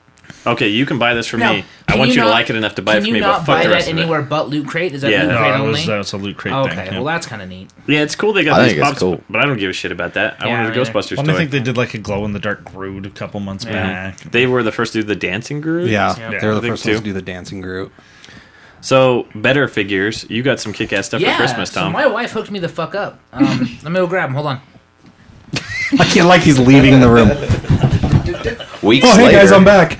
H: Okay, you can buy this for
C: Now,
H: me. I
C: can
H: want you, to
C: not-
H: like it enough to buy it
C: can
H: for
C: you
H: me, but
C: not
H: fuck
C: buy
H: the rest
C: that
H: of it.
C: anywhere but Loot Crate. Is that
H: Yeah.
C: Loot
H: No,
C: Crate
F: that
C: only?
F: was, that was a loot crate
C: okay,
F: thing. yeah.
C: well that's kind of neat.
H: Yeah, it's cool they got
K: I
H: these
K: think it's
H: pops,
K: cool.
H: but I don't give a shit about that. I
C: Yeah,
H: wanted a
C: I don't either.
H: Ghostbusters
F: Well, I
H: toy.
F: think
H: They,
F: they did like a glow in the dark Groot a couple months back.
H: were the first to do the dancing group.
B: Yeah,
C: uh, Yeah.
B: they were
H: I
B: the
H: think
B: first ones
H: too.
B: to do the dancing group.
H: So, better figures. You got some kick ass stuff
C: yeah,
H: for Christmas,
C: so
H: Tom.
C: my wife hooked me the fuck up. Um, let me go grab him. Hold on.
B: Like, he- like he's leaving the room.
K: Weeks
B: oh, hey
K: later,
B: guys, I'm back.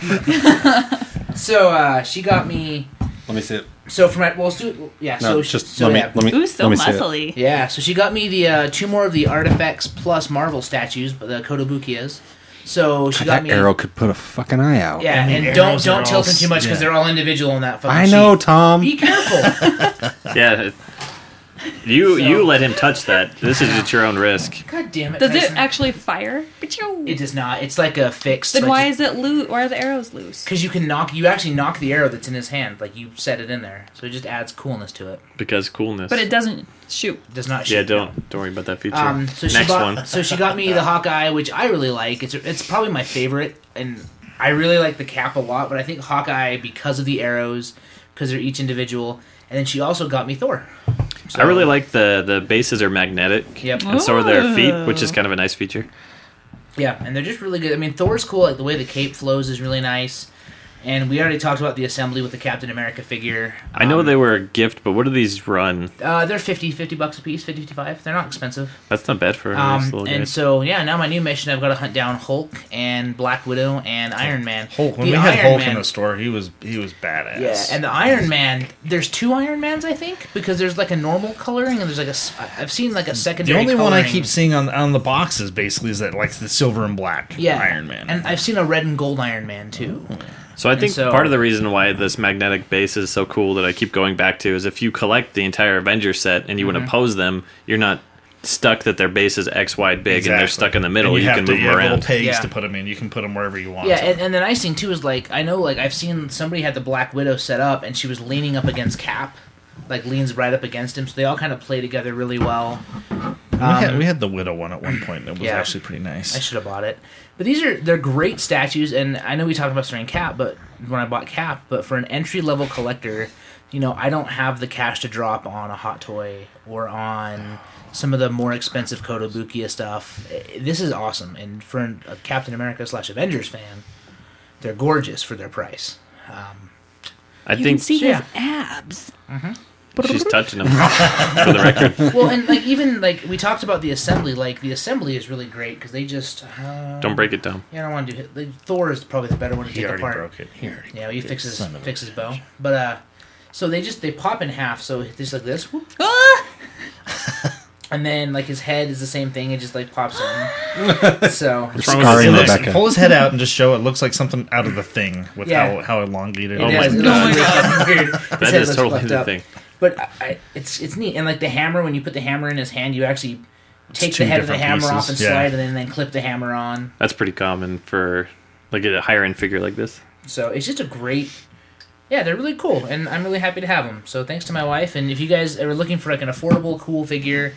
C: So uh, she got me.
B: Let me see it.
C: So for my well, let's do it- yeah.
B: No,
C: so she-
B: just
C: so
B: let me
C: yeah.
B: let me
I: Ooh, so
B: let me see it.
I: muscly.
C: Yeah, so she got me the uh, two more of the artifacts plus Marvel statues, but the Kotobukias. So she got
B: That
C: me.
B: arrow could put a fucking eye out.
C: Yeah, and,
F: the
C: don't
F: arrows are
C: don't tilt
F: all
C: them too much because
F: s- yeah.
C: they're all individual on that fucking.
B: I know,
C: sheet.
B: Tom.
C: Be careful.
H: yeah. You
C: <laughs> So-
H: you let him touch that. This is at your own risk.
C: God damn it!
I: Does it
C: Tyson.
I: actually fire? Pachow!
C: It does not. It's like a fixed.
I: Then why is it loose? Why are the arrows loose?
C: Because you can knock. You actually knock the arrow that's in his hand. Like you set it in there, so it just adds coolness to it.
H: Because coolness.
I: But it doesn't shoot.
C: It does not.
H: yeah,
C: shoot, no.
H: don't don't worry about that feature.
C: Um, so she
H: Next
C: bought,
H: one.
C: So she got me the Hawkeye, which I really like. It's it's probably my favorite, and I really like the cap a lot. But I think Hawkeye because of the arrows, because they're each individual, and then she also got me Thor. So-
H: I really like the the bases are magnetic.
C: Yep.
H: And so are their feet, which is kind of a nice feature.
C: Yeah, and they're just really good. I mean, Thor's cool. Like the way the cape flows is really nice. And we already talked about the assembly with the Captain America figure.
H: I know
C: Um,
H: they were a gift, but what do these run?
C: uh, they're 50, 50 bucks a piece, 50, 55. They're not expensive.
H: That's not bad for a nice
C: Um,
H: little
C: and
H: game.
C: so yeah, now my new mission I've got to hunt down Hulk and Black Widow and Iron Man.
F: Hulk. When
C: The
F: we had
C: Iron
F: Hulk
C: Man-
F: in the store, he was he was badass.
C: Yeah, and the Iron Man. There's two Iron Mans, I think, because there's like a normal coloring and there's like a. s- I've seen like a
F: the
C: secondary.
F: only one I
C: coloring.
F: keep seeing on on the boxes basically is that like the silver and black
C: Yeah,
F: Iron Man. Oh,
C: and I've seen a red and gold Iron Man too.
H: So I think
C: so-
H: part of the reason why this magnetic base is so cool that I keep going back to is if you collect the entire Avenger set and you
F: Mm-hmm.
H: want to pose them, you're not stuck that their base is X wide big and they're
F: Exactly.
H: stuck in the middle.
F: And
H: You,
F: have
H: can
F: to-
H: move
F: you
H: them
F: have
H: around.
F: Little pegs
C: Yeah.
F: to put them in. You can put them wherever you want.
C: Yeah, and, and the nice thing too is like I know like I've seen somebody had the Black Widow set up and she was leaning up against Cap, like leans right up against him. So they all kind of play together really well.
F: we, had, we had the widow one at one point. That was
C: um, yeah.
F: actually pretty nice.
C: I should have bought it. But these are they're great statues, and I know we talked about this during Cap, but when I bought Cap, but for an entry level collector, you know, I don't have the cash to drop on a hot toy or on some of the more expensive Kotobukiya stuff. Eh, This is awesome, and for an- a Captain America slash Avengers fan, they're gorgeous for their price.
H: I
I: You
H: think
I: can see
C: yeah.
I: his abs.
H: she's touching them
I: <laughs>
H: for the record.
C: Well, and like even like we talked about the assembly, like the assembly is really great because they just uh,
H: Don't break it down.
C: Yeah, I don't want to do it. Like, Thor is probably the better one to
F: He
C: take
F: already
C: apart.
F: broke it. He already
C: Yeah, he fixes
F: son of a
C: fixes bow. But uh, so they just they pop in half. So just like this, whoop,
I: Ah!
C: <laughs> and then like his head is the same thing. It just like pops in. so
B: Sorry,
F: Look,
B: Rebecca.
F: Pull his head out and just show it looks like something out of the thing with
C: Yeah.
F: how, how elongated.
C: It
F: it
C: is-
F: is.
C: it looks
I: God.
C: really fucking
F: <laughs>
C: weird. His
H: That
C: head
H: is
C: looks
H: totally
C: fucked
H: the
C: up.
H: thing.
C: But I, I, it's it's neat. And like the hammer, when you put the hammer in his hand, you actually take
F: two
C: the head of the
F: different
C: hammer off and
F: pieces. Yeah.
C: slide, and then, then clip the hammer on.
H: That's pretty common for like a higher end figure like this.
C: So it's just a great. Yeah, they're really cool, and I'm really happy to have them. So thanks to my wife, and if you guys are looking for like an affordable, cool figure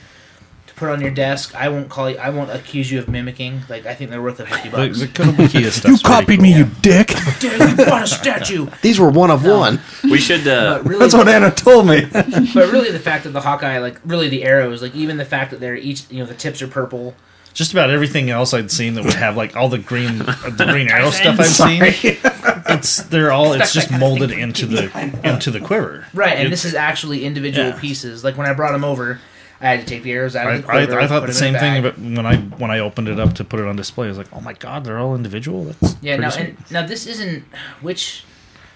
C: to put on your desk, I won't call you. I won't accuse you of mimicking. Like I think they're worth a fifty
F: The,
C: bucks. <laughs>
F: the Kotobukiya stuff. You copied
D: you dick.
C: Damn, <laughs> you
F: <laughs>
C: bought a statue.
K: These were one of one.
H: We should uh,
C: But really,
B: That's what Anna told me.
C: but really, the fact that the Hawkeye, like really the arrows, like even the fact that they're each, you know, the tips are purple.
F: Just about everything else I'd seen that would have like all the green, uh, the green arrow stuff I've seen. <laughs> It's they're all. It's just molded into the into the quiver.
C: Right, and
F: It-
C: this is actually individual
F: Yeah.
C: pieces. Like when I brought them over, I had to take the arrows out
F: I,
C: of the quiver,
F: I, I thought
C: put
F: the
C: 'em in a
F: same thing
C: bag.
F: but when I when I opened it up to put it on display. I was like, "Oh my god, they're all individual." That's
C: Yeah,
F: pretty
C: now
F: sweet.
C: and now this isn't which.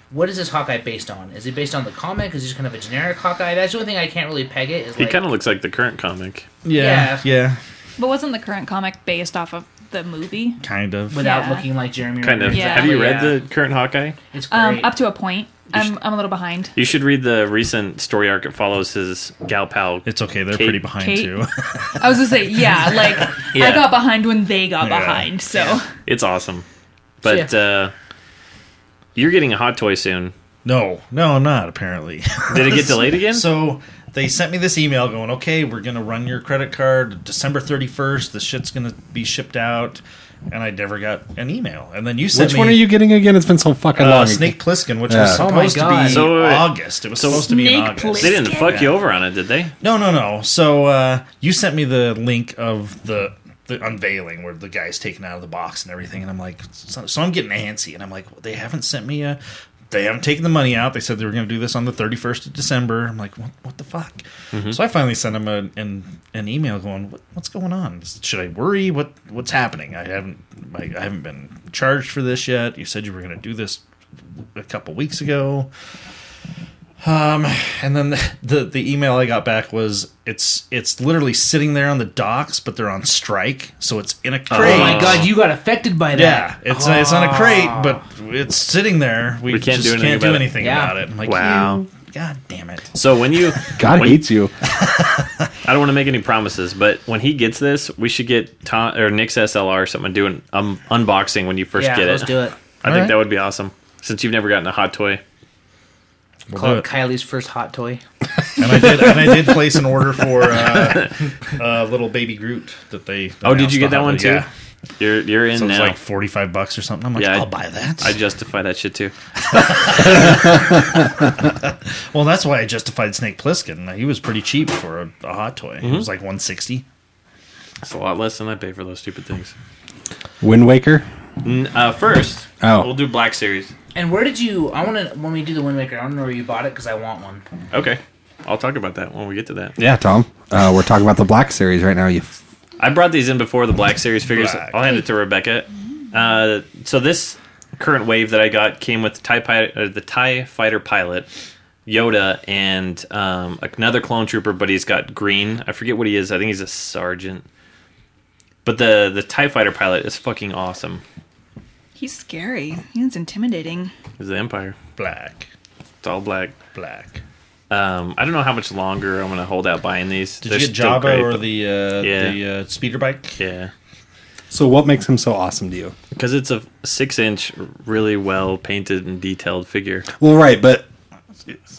C: What is this Hawkeye based on? Is it based on the comic? Is it just kind of a generic Hawkeye? That's the only thing I can't really peg it. Is
H: he
C: like,
H: kinda looks like the current comic.
F: yeah,
C: yeah.
F: yeah,
J: But wasn't the current comic based off of the movie?
F: kind of.
C: without
J: yeah.
C: looking like Jeremy.
H: Kind of.
F: Mm-hmm.
C: Renner.
J: Yeah.
I: Oh,
H: Have you read
C: Yeah.
H: the current Hawkeye?
C: It's great.
J: Um, up to a point. I'm, I'm a little behind.
H: You should read the recent story arc that follows his gal pal.
F: It's okay. They're
H: Kate-
F: pretty behind
J: Kate?
F: too. <laughs>
J: I was gonna say, yeah, like
H: Yeah.
J: I got behind when they got
F: Yeah.
J: behind. So
H: It's awesome. But
C: So,
H: uh, you're getting a hot toy soon.
F: no, no, I'm not apparently.
H: <laughs> Did it get delayed again?
F: So they sent me this email going, okay, we're going to run your credit card December 31st. The shit's going to be shipped out. And I never got an email. And then you sent
B: Which
F: me
B: one are you getting again? It's been so fucking
F: uh,
B: long.
F: Snake Plissken, which
B: Yeah.
F: was
B: Oh
C: my
F: supposed to
C: God.
F: be
H: So, wait, wait.
F: August. It was supposed to be in
J: Snake
F: August.
H: they didn't fuck you over on it, did they?
F: No, no, no. So uh, you sent me the link of the the unveiling where the guy's taken out of the box and everything, and I'm like, so, so I'm getting antsy, and I'm like, well, they haven't sent me a. They haven't taken the money out. They said they were going to do this on the 31st of December. I'm like, what, what the fuck? So I finally sent him a, an, an email going, what, what's going on? Should I worry? What what's happening? I haven't I, I haven't been charged for this yet. You said you were going to do this a couple weeks ago. Um, and then the, the the email I got back was it's it's literally sitting there on the docks, but they're on strike, so it's in a crate.
C: oh my god, you got affected by
F: Yeah,
C: that.
F: it's it's on a crate, but it's sitting there. We,
H: We can't
F: just
H: do anything
F: can't
H: about
F: do
H: it.
F: anything
C: Ah. Yeah.
F: about it. I'm like,
H: Wow.
F: wow, God damn it.
H: So when you
B: <laughs> God
H: when-
B: hates you.
H: <laughs> I don't want to make any promises, but when he gets this, we should get Tom or Nick's SLR or something and do an um, unboxing when you first
C: yeah,
H: get
C: let's
H: it.
C: do it.
H: I think
F: Alright.
H: that would be awesome. Since you've never gotten a hot toy,
C: Call
F: do
C: it Kylie's first hot toy.
F: And I did, and I did place an order for uh, uh, little baby Groot that they.
H: oh, did you get
F: announced
H: that
F: on
H: one
F: it,
H: too?
F: Yeah.
H: You're you're in
F: So it's
H: now.
F: like forty-five bucks or something. I'm like,
H: Yeah, I-
F: I'll buy that.
H: I justify that shit too.
F: well, that's why I justified Snake Plissken. He was pretty cheap for a, a hot toy. It
H: Mhm.
F: was like one sixty.
H: It's a lot less than I pay for those stupid things.
B: Wind Waker.
H: N- Uh, first,
B: Oh.
H: we'll do Black Series.
C: And where did you? I want to when we do the Wind Waker. I want to know where you bought it because I want one.
H: Okay, I'll talk about that when we get to that.
B: Yeah, Tom. Uh, we're talking about the Black Series right now. You. F-
H: I brought these in before the Black Series figures.
F: Black.
H: I'll hand it to Rebecca. Uh, so this current wave that I got came with Tie Pi- uh, the Tie Fighter pilot, Yoda, and um, another clone trooper, but he's got green. I forget what he is. I think he's a sergeant. But the the Tie Fighter pilot is fucking awesome.
I: He's scary. He's intimidating.
H: He's the Empire.
F: Black,
H: It's all black.
F: black.
H: Um, I don't know how much longer I'm gonna hold out buying these.
F: Did
H: They're
F: you get
H: still
F: Jabba
H: great,
F: or
H: but-
F: the uh,
H: Yeah.
F: the uh, speeder bike?
H: yeah?
B: so, what makes him so awesome to you?
H: Because it's a six inch, really well painted and detailed figure.
B: Well, right, but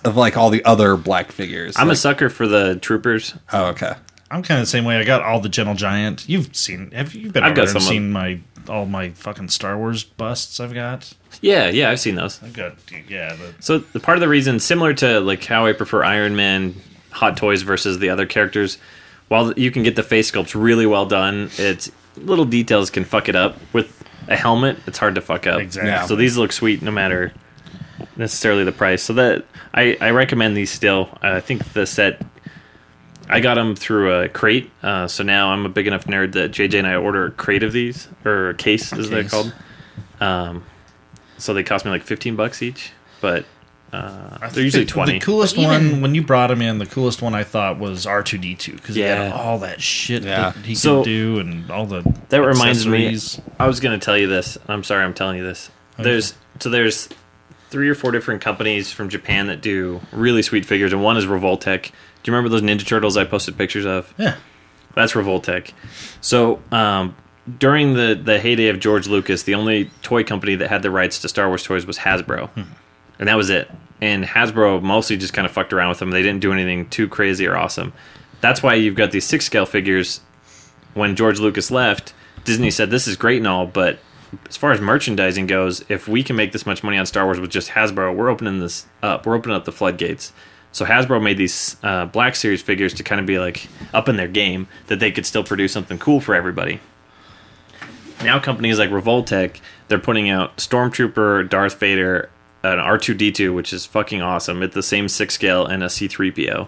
B: of like all the other black figures.
H: I'm a
B: like,
H: sucker for the troopers.
B: oh, okay.
F: I'm kind of the same way. I got all the Gentle Giant. You've seen? Have you been?
H: I've
F: over
H: got
F: there and
H: some of-
F: seen my all my fucking Star Wars busts. I've got.
H: Yeah, yeah, I've seen those.
F: I've got. Yeah. The,
H: So the part of the reason, similar to like how I prefer Iron Man Hot Toys versus the other characters, while you can get the face sculpts really well done, it's little details can fuck it up. With a helmet, it's hard to fuck up.
F: Exactly.
B: Yeah.
H: So these look sweet no matter necessarily the price. So that I, I recommend these still. Uh, I think the set I got them through a crate. Uh, so now I'm a big enough nerd that JJ and I order a crate of these or a case, as they're
F: Case.
H: called. Um, so they cost me like 15 bucks each, but uh, they're usually
F: The-
H: 20.
F: The coolest one when you brought him in, the coolest one I thought was R two D two because he
H: Yeah.
F: had all that shit
B: Yeah.
F: that he
H: So-
F: could do and all the
H: that reminds me. <laughs>
F: accessories.
H: I was going to tell you this. I'm sorry, I'm telling you this. There's so there's three or four different companies from Japan that do really sweet figures, and one is Revoltech. Do you remember those Ninja Turtles I posted pictures of?
F: Yeah,
H: That's Revoltech. So um, during the, the heyday of George Lucas, the only toy company that had the rights to Star Wars toys was Hasbro,
F: Hmm.
H: and that was it. And Hasbro mostly just kind of fucked around with them. They didn't do anything too crazy or awesome. That's why you've got these six scale figures. When George Lucas left, Disney said this is great and all, but as far as merchandising goes, if we can make this much money on Star Wars with just Hasbro, we're opening this up. We're opening up the floodgates. So Hasbro made these uh, Black Series figures to kind of be like up in their game that they could still produce something cool for everybody. Now companies like Revoltech, they're putting out Stormtrooper, Darth Vader, an R2D2, which is fucking awesome. It's the same six scale and a C3PO.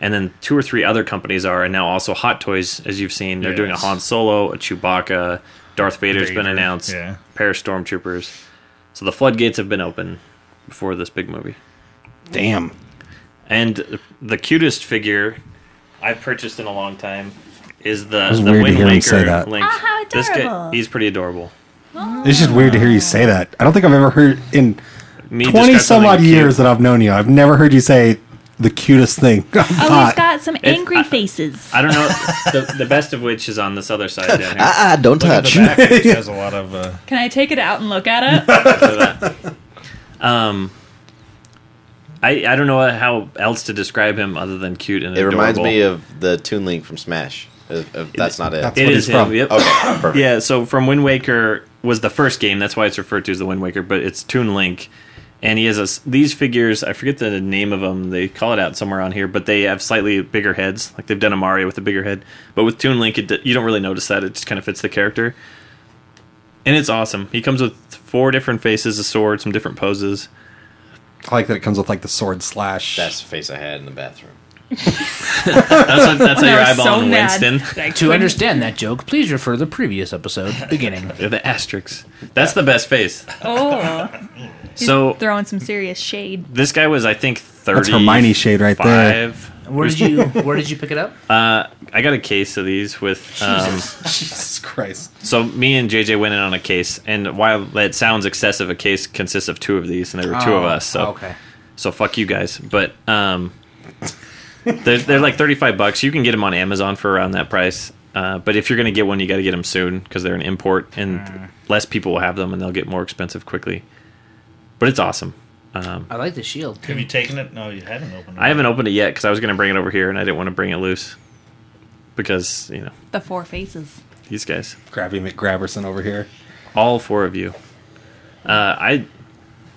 H: And then two or three other companies are, and now also Hot Toys, as you've seen, they're doing a
F: Yes.
H: Han Solo, a Chewbacca, Darth Vader has been
F: Vader,
H: announced.
F: yeah.
H: Pair of stormtroopers. So the floodgates have been open before this big movie.
B: Damn.
H: And the cutest figure I've purchased in a long time is the,
B: was
H: the
B: weird to
H: Wind
B: hear him
H: Waker
B: say that.
H: Link.
J: Ah, how
H: This guy,
J: adorable.
H: he's pretty adorable.
B: It's just weird to hear you say that. I don't think I've ever heard in
H: Me
B: twenty some
H: describe something
B: odd
H: cute.
B: years that I've known you. I've never heard you say the cutest
H: <laughs>
B: thing.
J: Oh,
B: Hot.
J: he's got some angry faces.
H: I don't know. the, the best of which is on this other side down here.
B: <laughs>
K: Ah, don't
F: Look at
K: touch.
F: the back, which has a lot of. Uh,
I: Can I take it out and look at it?
H: Um, I, I don't know how else to describe him other than cute and
K: It
H: adorable.
K: reminds me of the Toon Link from Smash. If, if that's not it.
B: That's
H: It
B: what
H: is
B: he's from.
H: him. Yep.
K: okay, perfect.
H: Yeah, so from Wind Waker was the first game. That's why it's referred to as the Wind Waker, but it's Toon Link. And he has a s these figures. I forget the name of them. They call it out somewhere on here, but they have slightly bigger heads. Like they've done a Mario with a bigger head, but with Toon Link, it, d- you don't really notice that. It just kind of fits the character, and it's awesome. He comes with four different faces, a sword, some different poses.
B: I like that it comes with like the sword slash. <laughs>
K: That's the face I had in the bathroom.
H: That's, how-
I: <laughs>
H: that's how
I: I
H: you're
I: was so
H: eyeballing
I: mad
H: Winston.
I: that <laughs> I
C: To
I: couldn't-
C: understand that joke, please refer to the previous episode beginning.
H: They're the asterisks. That's the best face.
I: Oh,
H: So
I: throwing some serious shade.
H: this guy was, I think, thirty.
B: That's Hermione shade right there.
C: Where did you Where did you pick it <laughs> up?
H: Uh, I got a case of these with. Um,
B: Jesus Christ.
H: so me and JJ went in on a case, and while that sounds excessive, a case consists of two of these, and there were two
C: Oh,
H: of us. So
C: okay.
H: So fuck you guys. But um, they're, they're like 35 bucks. You can get them on Amazon for around that price. Uh, but if you're going to get one, you got to get them soon because they're an import and
C: Hmm.
H: less people will have them and they'll get more expensive quickly. But it's awesome.
C: I like the shield.
F: Have you taken it? No, you haven't opened it.
H: I haven't opened it yet because I was going to bring it over here and I didn't want to bring it loose because, you know,
I: The four faces.
H: these guys.
B: Grabby McGraverson over here.
H: all four of you. Uh, I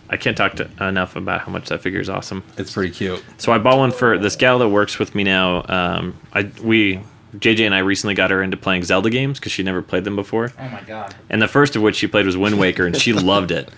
H: I can't talk to, enough about how much that figure is awesome.
B: It's pretty cute.
H: So I bought one for this gal that works with me now. Um, I we JJ and I recently got her into playing Zelda games because she never played them before,
C: Oh my god.
H: and the first of which she played was Wind Waker, and she loved it.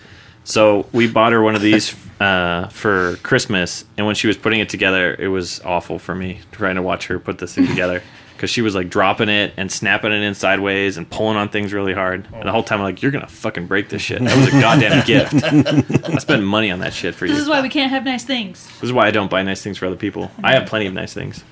H: So we bought her one of these uh, for Christmas, and when she was putting it together, it was awful for me trying to watch her put this thing together because she was like dropping it and snapping it in sideways and pulling on things really hard. And the whole time, I'm like, "You're gonna fucking break this shit." That was a goddamn gift. I spent money on that shit for you.
I: This is why we can't have nice things.
H: This is why I don't buy nice things for other people. I have plenty of nice things.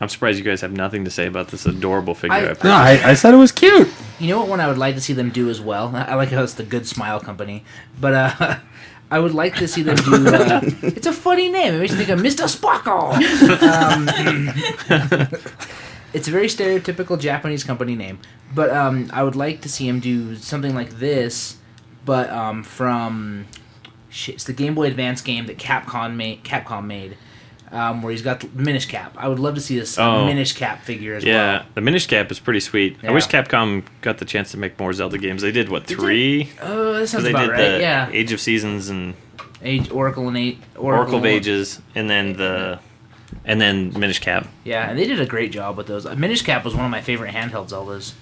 H: I'm surprised you guys have nothing to say about this adorable figure.
C: I-
H: I,
B: No,
H: purchased.
B: I, I said it was cute.
C: You know what one I would like to see them do as well? I I like how it's the Good Smile Company, but uh, <laughs> I would like to see them do. Uh, it's a funny name. It makes me think of Mr. Sparkle. Um, it's a very stereotypical Japanese company name, but um, I would like to see him do something like this, but um, from shit, it's the Game Boy Advance game that Capcom made. Capcom made. Um, where he's got the Minish Cap. I would love to see this
H: Oh.
C: Minish Cap figure as well.
H: yeah, the Minish Cap is pretty sweet. I wish
C: Yeah.
H: Capcom got the chance to make more Zelda games. They did what three?
C: Oh, that sounds
H: they
C: about
H: did
C: right.
H: the
C: yeah.
H: Age of Seasons and
C: Age Oracle and eight
H: Oracle, of Ages, and then the and then Minish Cap.
C: Yeah, and they did a great job with those. Uh, Minish Cap was one of my favorite handheld Zeldas.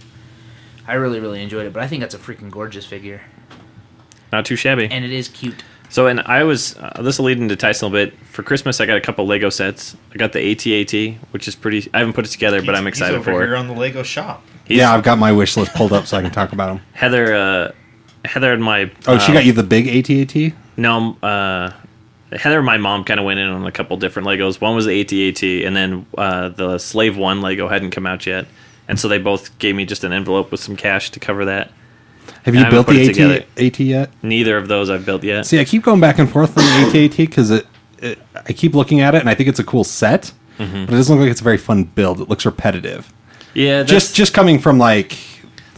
C: I really, really enjoyed it, but I think that's a freaking gorgeous figure,
H: Not too shabby.
C: and it is cute.
H: So, and I was uh, this will lead into Tyson a little bit. For Christmas, I got a couple Lego sets. I got the ATAT, which is pretty. I haven't put it together, but I'm excited
F: he's over
H: for it.
F: here on the Lego shop.
H: He's-
B: yeah, I've got my wish list pulled up so I can talk about them.
H: Heather, uh, Heather and my
B: Oh, she
H: um,
B: got you the big ATAT?
H: No, uh, Heather and my mom kind of went in on a couple different Legos. One was the ATAT, and then uh, the Slave One Lego hadn't come out yet, and so they both gave me just an envelope with some cash to cover that.
B: Have
H: I
B: you
H: haven't
B: built
H: put
B: the
H: it together.
B: AT, AT yet?
H: Neither of those I've built yet.
B: See, I keep going back and forth on the ATAT because it, it, I keep looking at it and I think it's a cool set,
H: Mm-hmm.
B: but it doesn't look like it's a very fun build. It looks repetitive.
H: yeah, that's,
B: just just coming from like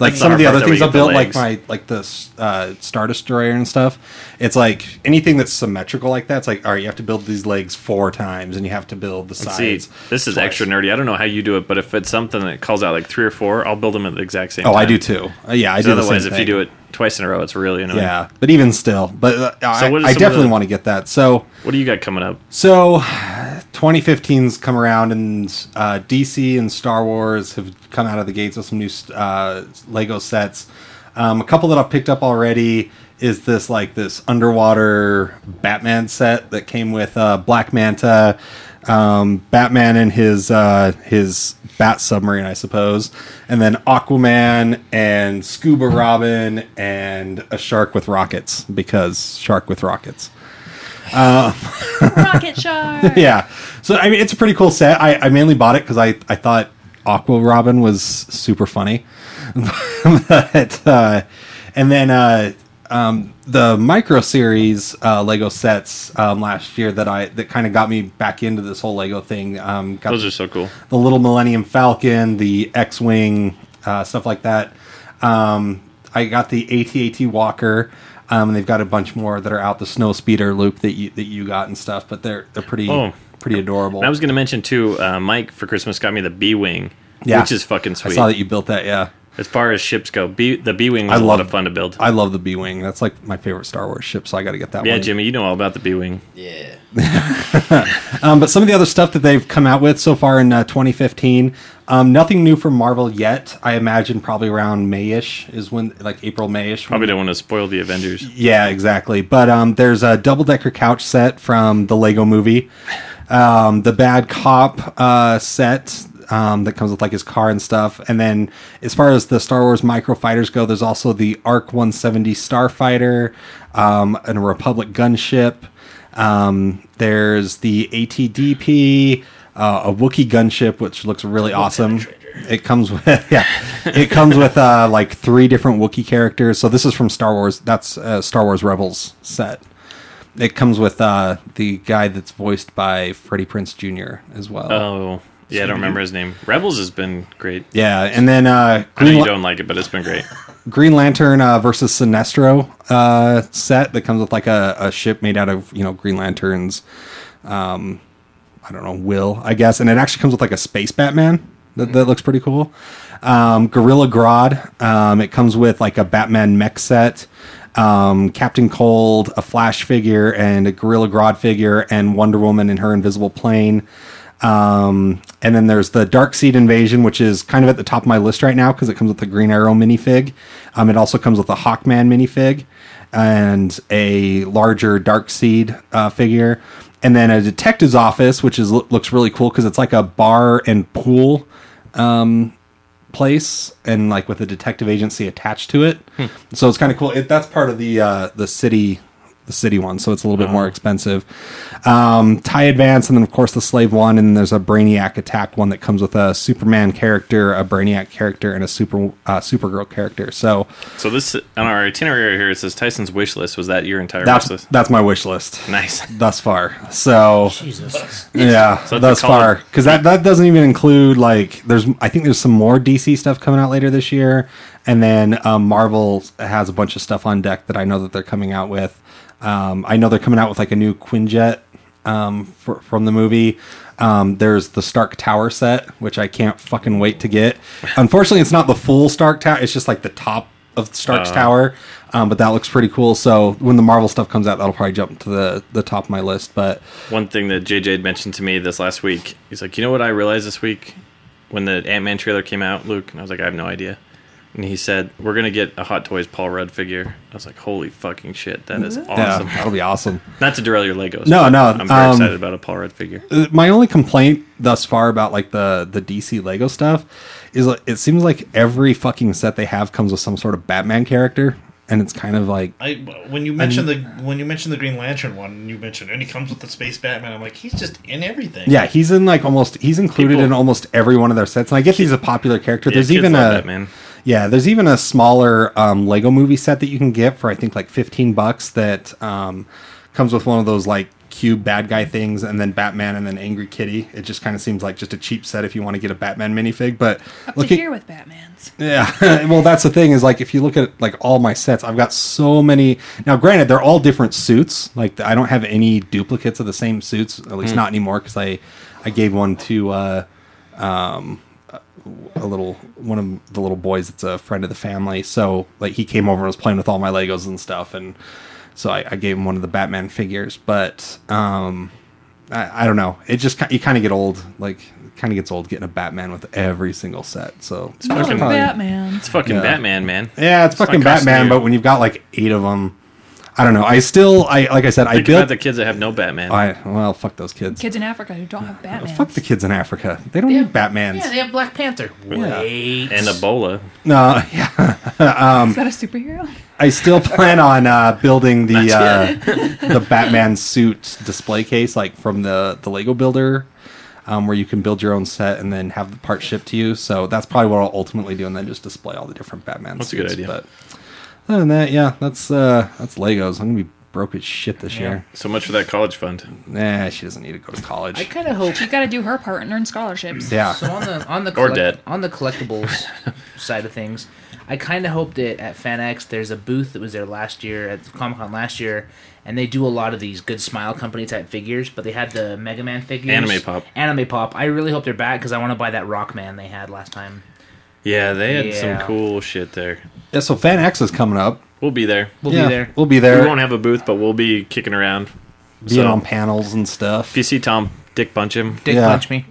B: like
H: That's
B: some
H: the
B: of the
H: hard
B: other things
H: part, though,
B: I
H: you get
B: built,
H: the
B: like my
H: legs.
B: like this uh, Star Destroyer and stuff. It's like anything that's symmetrical like that. It's like all right, you have to build these legs four times, and you have to build the
H: <laughs> see,
B: sides.
H: this is extra nerdy. I don't know how you do it, but if it's something that calls out like three or four, I'll build them at the exact same.
B: oh,
H: time.
B: I do too. Uh, yeah, I do. the same
H: Otherwise, if you
B: thing.
H: do it twice in a row, it's really annoying.
B: yeah. But even still, but uh, I,
H: what are
B: I
H: some of
B: definitely
H: the-
B: want to get that. So
H: What do you got coming up?
B: So, 2015's come around, and uh, DC and Star Wars have come out of the gates with some new uh, Lego sets. Um, a couple that I've picked up already is this like this underwater Batman set that came with uh, Black Manta, um, Batman and his uh, his bat submarine, I suppose, and then Aquaman and Scuba Robin and a shark with rockets because shark with rockets.
H: <laughs>
I: Rocket shark.
B: Yeah. So I mean, it's a pretty cool set. I, I mainly bought it because I, I thought Aqua Robin was super funny, <laughs> but uh, and then uh, um, the micro series uh, Lego sets um, last year that I that kind of got me back into this whole Lego thing. Um, got
H: Those are so cool.
B: the little Millennium Falcon, the X Wing, uh, stuff like that. Um, I got the ATAT Walker, um, and they've got a bunch more that are out. The Snow Speeder Loop that you that you got and stuff, but they're they're pretty
H: Oh.
B: pretty adorable.
H: And I was going to mention too. Uh, Mike for Christmas got me the B wing,
B: Yeah.
H: which is fucking
B: I
H: sweet.
B: saw that you built that. Yeah,
H: As far as ships go, B, the B wing
B: I
H: was a
B: love-
H: lot of fun to build.
B: I love the B Wing. That's like my favorite Star Wars ship, so I got to get that
H: yeah,
B: one.
H: Jimmy, you know all about the B wing.
K: Yeah.
B: Um, but some of the other stuff that they've come out with so far in uh, 2015, um, nothing new from Marvel yet. I imagine probably around Mayish is when, like April Mayish,
H: Probably don't want to spoil the Avengers.
B: Yeah, exactly. But um, there's a double decker couch set from the Lego movie, um, the Bad Cop uh, set um, that comes with like his car and stuff. And then as far as the Star Wars micro fighters go, there's also the ARC 170 Starfighter um, and a Republic gunship. Um, there's the ATDP, uh, a Wookiee gunship, which looks really awesome. It comes with <laughs> yeah. It comes with uh, like three different Wookiee characters. So this is from Star Wars. That's uh, Star Wars Rebels set. It comes with uh, the guy that's voiced by Freddie Prince Jr. as well.
H: Oh, yeah, I don't remember his name. Rebels has been great.
B: yeah, and then uh,
H: I know
B: Green,
H: you
B: Lan-
H: don't like it, but it's been great.
B: Green Lantern uh, versus Sinestro uh, set that comes with like a, a ship made out of you know Green Lanterns. Um, I don't know will I guess, and it actually comes with like a space Batman that, that looks pretty cool. Um, Gorilla Grodd. Um, it comes with like a Batman mech set, um, Captain Cold, a Flash figure, and a Gorilla Grodd figure, and Wonder Woman in her invisible plane. Um, and then there's the Dark Seed Invasion, which is kind of at the top of my list right now because it comes with the Green Arrow minifig. Um, it also comes with the Hawkman minifig and a larger Dark Seed uh, figure. And then a detective's office, which is looks really cool because it's like a bar and pool um, place and like with a detective agency attached to it. So it's kind of cool. It, that's part of the uh, the city the city one, so it's a little bit more expensive. Um, Tie Advance, and then of course the Slave one, and then there's a Brainiac Attack one that comes with a Superman character, a Brainiac character, and a Super uh, Supergirl character. So
H: So this on our itinerary here it says Tyson's wish list was that your entire
B: that's
H: wish list.
B: that's my wish list <laughs>
H: Nice.
B: thus far. So
C: Jesus.
B: yeah,
H: So it's
B: thus
H: a color.
B: far because that that doesn't even include like there's I think there's some more DC stuff coming out later this year, and then um, Marvel has a bunch of stuff on deck that I know that they're coming out with. Um, I know they're coming out with like a new Quinjet um, for, from the movie. Um, there's the Stark Tower set, which I can't fucking wait to get. Unfortunately, it's not the full Stark Tower; it's just like the top of
H: Uh.
B: Stark's Tower. Um, but that looks pretty cool. So when the Marvel stuff comes out, that'll probably jump to the the top of my list. But
H: One thing that JJ had mentioned to me this last week, he's like, you know what I realized this week when the Ant Man trailer came out, Luke, and I was like, I have no idea. And he said, we're gonna get a Hot Toys Paul Rudd figure. I was like, holy fucking shit, that is awesome.
B: yeah, that'll be awesome.
H: <laughs> Not to derail your Legos.
B: No,
H: but
B: no,
H: I'm very
B: um,
H: excited about a Paul Rudd figure.
B: my only complaint thus far about like the the DC Lego stuff is like, it seems like every fucking set they have comes with some sort of Batman character, and it's kind of like
F: I when you mentioned the when you mentioned the Green Lantern one, you mentioned and he comes with the space Batman. I'm like, he's just in everything.
B: yeah, he's in like almost he's included
H: People-
B: in almost every one of their sets, and I get he's a popular character. there's
H: kids
B: even
H: love
B: a
H: Batman.
B: yeah, there's even a smaller um, Lego Movie set that you can get for I think like 15 bucks that um, comes with one of those like cube bad guy things and then Batman and then Angry Kitty. It just kind of seems like just a cheap set if you want to get a Batman minifig, but
I: Up to here with Batman's.
B: <laughs> Yeah. well, that's the thing is like if you look at like all my sets, I've got so many. Now, granted, they're all different suits. Like I don't have any duplicates of the same suits, at least not anymore, because I I gave one to uh, um, a little one of the little boys that's a friend of the family. So like he came over and was playing with all my Legos and stuff, and so I, I gave him one of the Batman figures. But um, I, I don't know. It just ki- you kind of get old, like. Kind of gets old getting a Batman with every single set, so
I: Oh,
H: fucking-
I: Batman.
H: It's fucking
B: Yeah.
H: Batman, man.
B: yeah, it's, fucking
H: not costing
B: Batman,
H: you.
B: but when you've got like eight of them, I don't know. I still, I like I said, I
H: Think
B: built.
H: about the kids that have no Batman.
B: I well, fuck those kids.
I: Kids in Africa who don't have Batman.
B: Fuck the kids in Africa. They don't need Batmans.
C: Yeah, they have Black Panther. Wait.
H: and Ebola.
B: no, yeah.
I: Is that a superhero?
B: I
C: <laughs>
B: still plan on uh, building the uh, the Batman suit display case, like from the the Lego Builder, um, where you can build your own set and then have the part shipped to you. So that's probably what I'll ultimately do, and then just display all the different Batman.
H: That's a
B: suits,
H: good idea.
B: But other than that, yeah, that's uh, that's Legos. I'm gonna be broke as shit this year.
H: So much for that college fund.
B: Nah, she doesn't need to go to
C: I
B: college.
C: kind of hope.
I: You got to do her part and earn scholarships.
B: Yeah.
C: So on the on the
H: Or dead.
C: on the
H: <laughs>
C: collectibles side of things, I kind of hope that at FanX there's a booth that was there last year at Comic Con last year, and they do a lot of these Good Smile Company type figures, but they had the Mega Man figures,
H: Anime Pop.
C: Anime Pop. I really hope they're back because I want to buy that Rockman they had last time.
H: Yeah, they had
C: Yeah.
H: some cool shit there.
B: Yeah, so Fan X is coming up.
H: We'll be there.
C: We'll
B: yeah,
C: be there.
B: We'll be
H: We
B: there.
H: won't have a booth, but we'll be kicking around.
B: being
H: so-
B: on panels and stuff.
H: If you see Tom, Dick punch him.
C: Dick
B: Yeah.
C: punch me.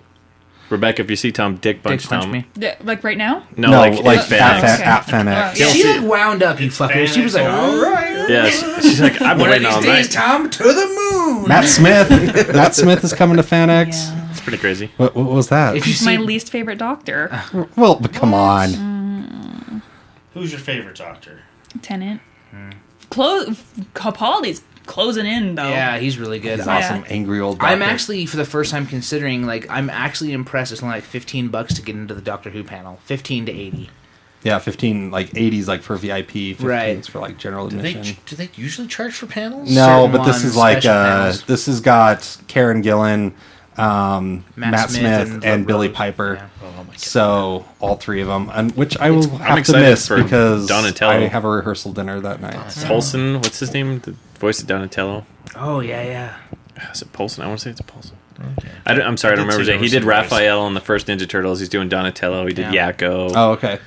H: Rebecca, if you see Tom, Dick punch
C: Dick punch
H: Tom.
C: me.
I: Yeah, Like right now?
H: No,
B: No,
H: like,
B: like
H: like
B: at,
H: FedEx.
I: Fat-
B: Fan, at Fan X.
H: You'll
C: She
H: see
C: like wound up, you fucker. She was like, all right.
H: Yes, she's like I've
C: One
H: been
C: of
H: waiting all
C: these days,
H: night.
C: Tom, to the moon.
B: Matt Smith. Matt Smith is coming to Fan X.
I: Yeah.
H: It's pretty crazy.
B: What, what was that?
C: If you see, Ah.
I: My least favorite doctor,
B: Well, but come on.
F: Who's your favorite doctor?
I: Tenant. Close. Capaldi's closing in though.
C: Yeah, he's really good.
B: He's
C: I-
B: awesome, angry old.
C: I'm
B: doctor.
C: actually for the first time considering like I'm actually impressed. It's only like 15 bucks to get into the Doctor Who panel. 15 to 80.
B: yeah, fifteen like eighties like for VIP, 15s
C: Right.
B: for like general
F: Do they,
B: admission.
F: do they usually charge for panels?
B: No,
C: certain
B: but this
C: ones,
B: is like
C: special
B: uh,
C: panels.
B: this has got Karen Gillan, um, Matt,
C: Matt
B: Smith,
C: Smith
B: and,
C: and Rose.
B: Billy Piper.
C: Yeah.
B: So all three of them, and which I will have to
H: excited
B: miss
H: for
B: because
H: Donatello.
B: I have a rehearsal dinner that night. so-
H: Polson, what's his name? The voice of Donatello. <sighs>
C: Oh yeah, yeah.
H: Is it Polson? I want to say it's Polson. I don't, I'm sorry, I don't
F: I
H: remember.
F: did see
H: his name. He
F: there
H: did
F: was some voice.
H: Raphael in the first Ninja Turtles. He's doing Donatello. He did
C: Yeah.
H: Yakko.
B: Oh, okay.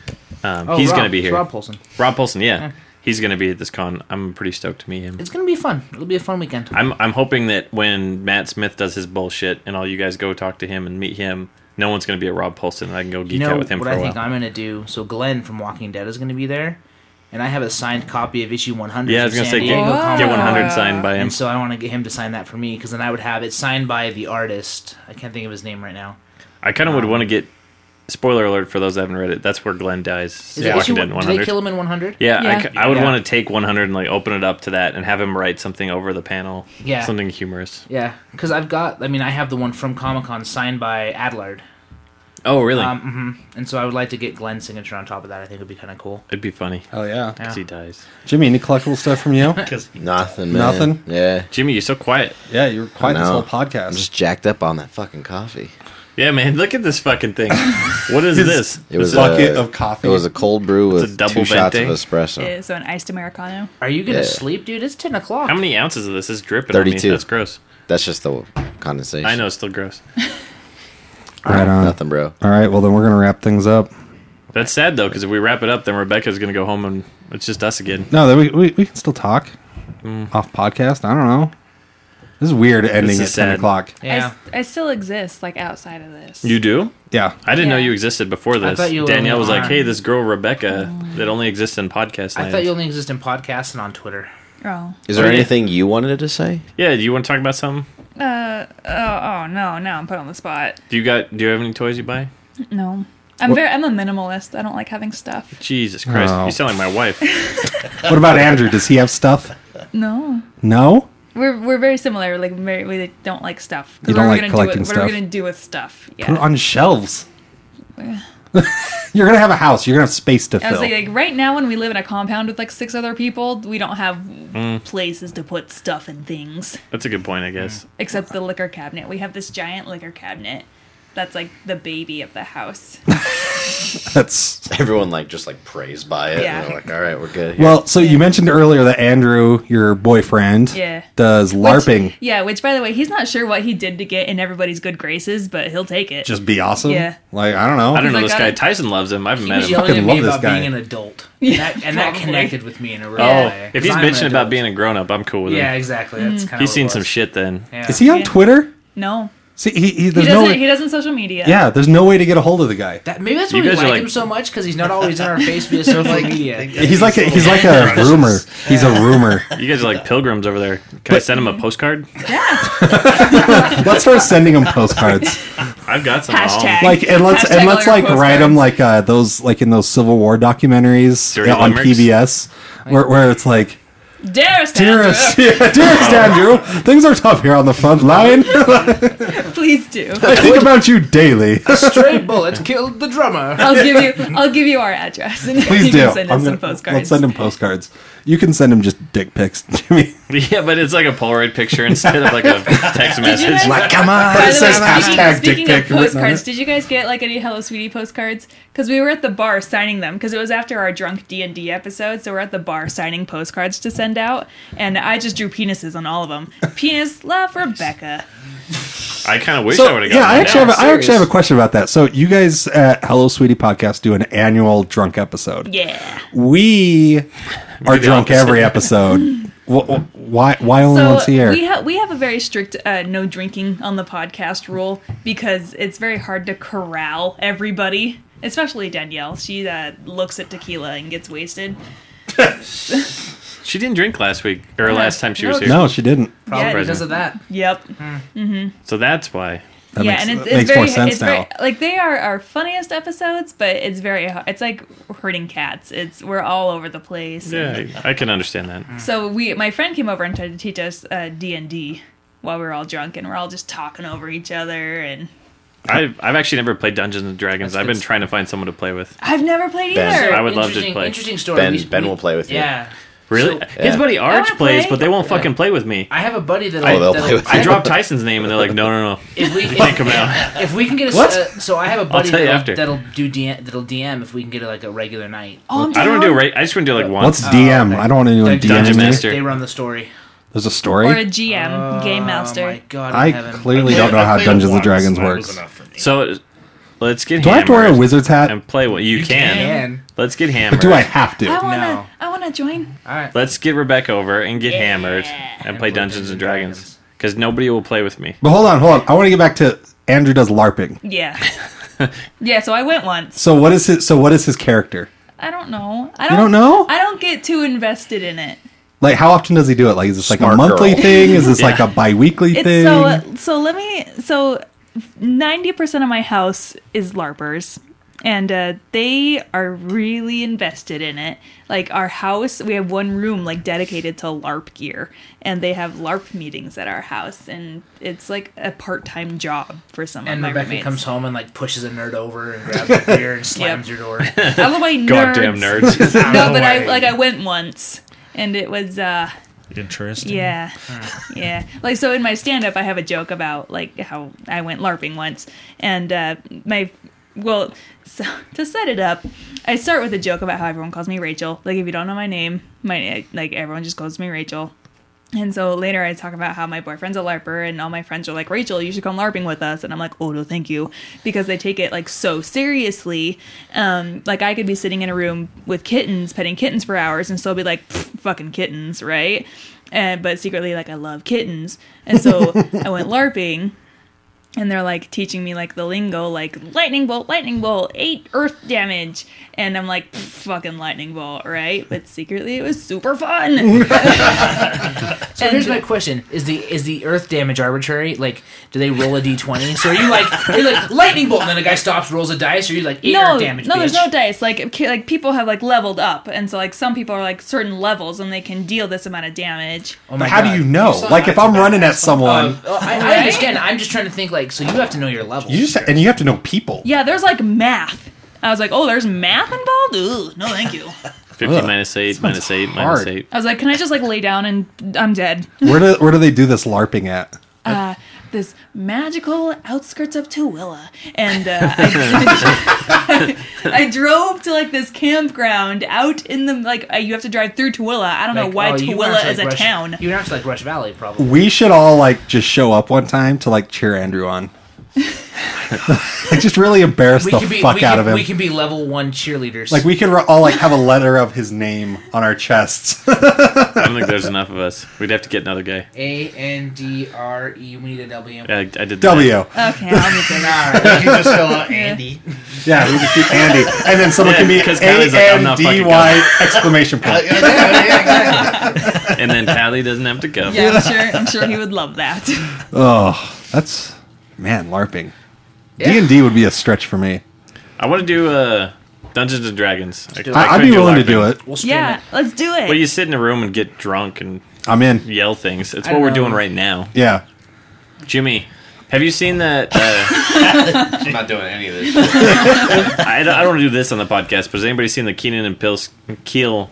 H: um,
C: Oh,
H: he's
C: Rob-
H: going to be
C: it's
H: here.
C: Rob
H: Rob,
C: Paulson.
H: Paulson, yeah. He's going to be at this con. I'm pretty stoked to meet him.
C: It's gonna be fun. It'll be a fun weekend.
H: I'm, I'm hoping that when Matt Smith does his bullshit and all you guys go talk to him and meet him, no one's going to be at Rob Paulson and I can go geek
C: you know
H: out with him
C: what
H: for
C: I
H: a while.
C: think I'm gonna do? So Glenn from Walking Dead is gonna be there, and I have a signed copy of issue 100.
H: yeah, I was
C: from
H: going to
C: San
H: say get,
C: Diego
I: Whoa.
H: get
C: Comic-Con.
H: 100 signed by him.
C: And so I want to get him to sign that for me because then I would have it signed by the artist. I can't think of his name right now.
H: I kind of would want to get. Spoiler alert for those that haven't read it. That's where Glenn dies.
C: Is it
H: Yeah.
C: issue
H: Walking Dead
C: one, did they
H: 100.
C: kill him in 100?
H: Yeah, I
I: Yeah.
H: c I I, would
C: Yeah.
H: want to take 100 and like open it up to that and have him write something over the panel.
C: Yeah.
H: something humorous.
C: Yeah, because I've got. I mean, I have the one from Comic Con signed by Adlard,
H: Oh, really?
C: um, mhm. and so I would like to get Glenn's signature on top of that. I think would be kind of cool.
H: It'd be funny
B: Hell yeah.
C: Yeah.
H: because he dies.
B: Jimmy, any collectible stuff
K: <laughs>
B: from you?
K: Nothing, man.
B: Nothing?
K: Yeah.
H: Jimmy, you're so quiet.
B: yeah, you were quiet this
K: No.
B: whole
K: I'm
B: podcast.
K: just jacked up on that fucking coffee.
H: Yeah, man, look at this fucking thing. what is this?
K: It was
B: bucket
K: a,
B: of coffee.
K: uh, It was a cold brew
H: It's a
K: with
H: double
K: two shots of
H: venti.
K: espresso.
I: Uh, So an iced americano.
C: Are you gonna
K: Yeah.
C: sleep, dude? It's 10 o'clock.
H: How many ounces of this is dripping? 32.
K: 32.
H: That's gross.
K: That's just the condensation.
H: I know, it's still gross.
B: right on.
K: Nothing, bro.
B: All right, well then we're gonna wrap things up.
H: That's sad though, because if we wrap it up, then Rebecca's gonna go home and it's just us again.
B: No, then we, we we can still talk off podcast. I don't know. This is weird ending
H: Mm. is
B: at ten
H: sad.
B: o'clock.
I: I
C: Yeah.
I: s- I, still exist like outside of this.
H: You do?
B: Yeah,
H: I didn't know
I: Yeah.
H: you existed before this.
C: thought you
H: Danielle was
C: only
H: like,
C: are.
H: "Hey, this girl Rebecca that only exists in podcast
C: I thought you
H: land."
C: only exist in podcasts and on Twitter.
I: Oh.
K: Is there
H: Oh, yeah.
K: anything you wanted to say? <laughs>
H: Yeah, do you want to talk about something?
I: Uh, oh, oh no, now I'm put on the spot.
H: Do you got? Do you have any toys you buy?
I: No. I'm very I'm a minimalist. I don't like having stuff.
H: Jesus Christ,
B: Oh.
H: you sound like my wife.
B: What about Andrew? Does he have stuff?
I: No.
B: No.
I: We're we're very similar. Like very, we don't like stuff. 'Cause
B: You don't
I: what
B: like
I: are we gonna
B: collecting
I: do with, What are we
B: stuff.
I: gonna do with stuff? Yeah.
B: Put it on shelves. <laughs> You're gonna have a house. You're gonna have space to
I: I was
B: fill.
I: like, like, right now when we live in a compound with like six other people, we don't have places to put stuff and things
H: That's a good point, I guess.
I: except the liquor cabinet. We have this giant liquor cabinet that's like the baby of
B: <laughs>
I: the house.
B: That's
K: Everyone like just like prays by it.
I: Yeah.
K: And they're like, all right, we're good. Here.
B: well. So you mentioned earlier that Andrew, your boyfriend,
I: Yeah.
B: does larping.
I: Which- yeah, which by the way, he's not sure what he did to get in everybody's good graces, but he'll take it.
B: Just be awesome.
I: Yeah.
B: Like I don't know.
H: I don't know
I: like,
H: this
I: I
H: guy.
I: don't-
H: Tyson loves him. I haven't
C: He
H: met
C: was
H: him.
B: fucking
C: yelling at
B: love
C: me
B: this
C: about
B: guy.
C: being an adult.
I: Yeah,
C: that, <laughs> and that
I: probably.
C: connected with me in a real
H: Oh,
C: way. 'cause
H: if he's
C: I'm an
H: bitching about
C: adult.
H: being a grown up, I'm cool with
C: Yeah,
H: him.
C: exactly. That's kind of
H: He's seen some shit then.
B: Is he on
I: Yeah.
B: Twitter?
I: no,
B: See, he, he
I: he
B: there's no
I: doesn't.
B: way,
I: he doesn't social media.
B: yeah, there's no way to get a hold of the guy.
C: That, maybe that's why
H: You
C: we
H: guys
C: like,
H: are like-
C: him so much because he's not always in our
K: <laughs>
C: face via social media.
B: He's like a, he's like <laughs> a rumor. He's a rumor.
H: You guys are like pilgrims over there. Can I send him
C: Mm-hmm.
H: a postcard?
B: Let's start sending him
I: <laughs>
B: postcards.
H: I've got some.
I: Hashtag.
B: like and let's
I: Hashtag
B: and let's
I: all your
B: like write them
I: postcards.
B: like uh, those like in those Civil War documentaries
H: Dirty
B: uh, on
H: limericks?
B: PBS where, where it's like
I: Dearest,
B: dearest yeah, <laughs> dearest Andrew things are tough here on the front line <laughs>
I: Andrew, <laughs> please do.
B: I think about you daily
K: <laughs>
C: Stray bullet killed the drummer.
I: I'll give you. I'll give you our address, and
B: please
I: you
B: do
I: can send us
B: I'm
I: some
B: gonna-
I: postcards.
B: let's send him postcards you can send him just dick pics <laughs> Jimmy
H: <laughs> Yeah, but it's like a Polaroid picture instead of
C: <laughs>
H: like a text message.
I: guys-
B: like come on
I: By
B: it
I: the
B: says
I: way, speaking,
B: hashtag dick
I: speaking
B: pic
I: of
B: written on
I: postcards,
B: it.
I: did you guys get like any Hello Sweetie postcards? Because we were at the bar signing them because it was after our drunk D and D episode, so we're at the bar signing postcards to send out, and I just drew penises on all of them. Penis love Rebecca.
H: I kind of wish I
B: So,
H: would have
B: yeah,
H: gotten
B: I
H: one
B: actually,
H: now.
B: have a, I actually
C: serious.
B: have a question about that. So, you guys at Hello Sweetie Podcast do an annual drunk episode.
I: Yeah.
B: we are
H: the
B: drunk
H: opposite.
B: every
I: <laughs>
B: episode. Wh- wh- why? Why only Oh, once a year?
I: we have we have a very strict uh, no drinking on the podcast rule because it's very hard to corral everybody, especially Danielle. She uh, looks at tequila and gets wasted.
H: She didn't drink last week or last time she was here.
B: no, she didn't.
C: Probably
I: Yeah.
C: because of that.
I: Yep.
H: So that's why.
B: That
I: yeah,
B: makes-
I: and it's,
B: that
I: it's
B: makes
I: very,
B: more sense
I: it's very-
B: now.
I: like they are our funniest episodes, but it's very, it's like hurting cats. It's we're all over the place.
H: Yeah, I, I can understand that.
I: So we, my friend came over and tried to teach us uh, D and D while we were all drunk, and we're all just talking over each other. And
H: I've, I've actually never played Dungeons and Dragons.
C: That's
H: I've been
C: good.
H: trying to find someone to play with.
I: I've never played
K: Ben.
I: either.
H: I would love to
C: Interesting-
H: play.
C: Interesting story.
K: Ben-
C: We-
K: Ben
C: we-
K: will play with you.
C: Yeah.
H: Really?
C: So-
H: His buddy Arch
I: wanna
H: plays,
I: play.
H: but they won't fucking play with me.
C: I have a buddy that
K: Oh, they'll
C: that'll-
K: play with
H: I dropped Tyson's name and they're like, no, no, no.
C: If
H: <laughs>
C: we, if,
H: Can't come out.
C: if we can get a
H: What?
C: uh, so I have a buddy
H: tell you
C: that'll,
H: after.
C: that'll do DM, that'll DM if we can get a, like a regular night.
I: Oh, I'm
H: I don't want to do
I: down.
H: a ra- I just want to do like one.
B: What's DM? I don't want anyone
C: Dungeon
B: DMing me.
H: Master.
C: They run the story.
B: There's a
I: or a
B: story.
I: GM,
B: Ah,
I: game master.
C: Oh my god!
B: I
C: in heaven.
B: clearly don't know how Dungeons and Dragons works.
H: So let's get
B: Do I have to wear a
H: hammered
B: wizard's hat?
H: And play what you, can.
C: Man,
H: Let's get hammered.
B: But do I have
I: I
B: to?
I: wanna,
C: No.
I: I wanna join.
C: all right.
H: Let's get Rebecca over and get hammered and play Dungeons and Dragons. Because nobody will play with me.
B: But hold on, hold on. I want to get back to Andrew does LARPing.
I: Yeah,
B: <laughs>
I: yeah. So I went once.
B: So what is his? So what is his character?
I: I don't know. I
B: You
I: don't,
B: don't know?
I: I don't get too invested in it.
B: Like how often does he do it? Like is this like a
K: Smart
B: monthly
K: girl.
B: thing? Is this like a biweekly
I: It's
B: thing?
I: so uh, so. Let me so. Ninety percent of my house is larpers, and uh, they are really invested in it. Like our house, we have one room like dedicated to LARP gear, and they have LARP meetings at our house, and it's like a part-time job for some
C: And
I: of my
C: Rebecca
I: roommates.
C: comes home and like pushes a nerd over and grabs a beer
I: <laughs>
C: and slams your door.
I: Out
C: <laughs>
I: of the way, nerds.
H: Goddamn nerds. <laughs>
I: <laughs> No, but I like I went once, and it was uh
F: Interesting.
I: Yeah. <laughs> Yeah. Like, so in my stand up, I have a joke about, like, how I went LARPing once. And uh, my, well, <laughs> so to set it up, I start with a joke about how everyone calls me Rachel. Like, if you don't know my name, my, like, everyone just calls me Rachel. And so later I talk about how my boyfriend's a LARPer and all my friends are like, Rachel, you should come LARPing with us. And I'm like, oh, no, thank you. Because they take it like so seriously. Um, like I could be sitting in a room with kittens, petting kittens for hours and still be like, "Pfft, fucking kittens, right? And, but secretly, like, I love kittens.
C: <laughs>
I: And so I went LARPing and they're like teaching me like the lingo like lightning bolt lightning bolt eight earth damage and i'm like "Pff, fucking lightning bolt right but secretly it was super
C: <laughs>
I: fun
C: So here's my question: Is the is the earth damage arbitrary? Like, do they roll a d twenty? So are you like are you like lightning bolt, and then a guy stops, rolls a dice, or you like eight
I: no
C: earth damage?
I: no there's
C: bitch?
I: no dice like ki- like people have like leveled up and so like some people are like certain levels and they can deal this amount of damage
C: Oh my
B: But how do
C: God.
B: you know? Like if I'm running at someone,
C: Oh, I, I understand. I'm just trying to think like so. You have to know your level.
B: you just and you have to know people.
I: yeah there's like math i was like oh there's math involved Ooh, no thank
C: <laughs>
I: you
H: 50
B: Ugh.
H: minus 8, minus 8, minus
B: hard.
H: 8.
I: i was like can i just like lay down and i'm dead
B: Where do where do they do this LARPing at?
I: uh, this magical outskirts of Tooele,
H: <laughs>
I: and uh, I, I <laughs> drove to like this campground out in the like uh, you have to drive through Tooele. I don't know
C: Like,
I: why
C: oh, you went out
I: Tooele
C: to, like,
I: is a
C: Rush-
I: town.
C: You went out to like Rush Valley, probably.
B: We should all like just show up one time to like cheer Andrew on. <laughs> like just really embarrass
C: We
B: the
C: could be
B: fuck
C: we
B: out
C: could,
B: of him.
C: We could be level one cheerleaders.
B: like we could re- all like have a letter of his name on our chests. <laughs>
H: I don't think there's enough of us. We'd have to get another guy.
C: A N D R E. We need a W.
H: I, I did
B: w.
I: <laughs> Okay, I'll be
C: <laughs>
I: good.
C: Alright, you just fill out Andy.
B: Yeah, we just do Andy, and then someone
H: Yeah,
B: can be
H: because Kylie's like,
B: A
H: I'm
B: N
H: not
B: D
H: fucking
B: Y exclamation point.
H: that. And then Tally doesn't have to go.
I: Yeah, I'm sure. I'm sure he would love that.
B: Oh, that's man LARPing. D and D would be a stretch for me.
H: I want to do uh, Dungeons and Dragons. I,
B: I, I'd
H: couldn't
B: be willing to do
H: LARPing.
B: it.
C: We'll stream
I: yeah,
C: it.
I: let's do it.
H: Well, you sit in a room and get drunk and
B: I'm in.
H: yell things. It's
C: I
H: what we're
C: know.
H: doing right now.
B: Yeah.
H: Jimmy, have you seen that? Uh,
K: I'm not doing any of this.
H: <laughs> I, don't- I don't want to do this on the podcast, but has anybody seen the Keenan and Peel? Keel.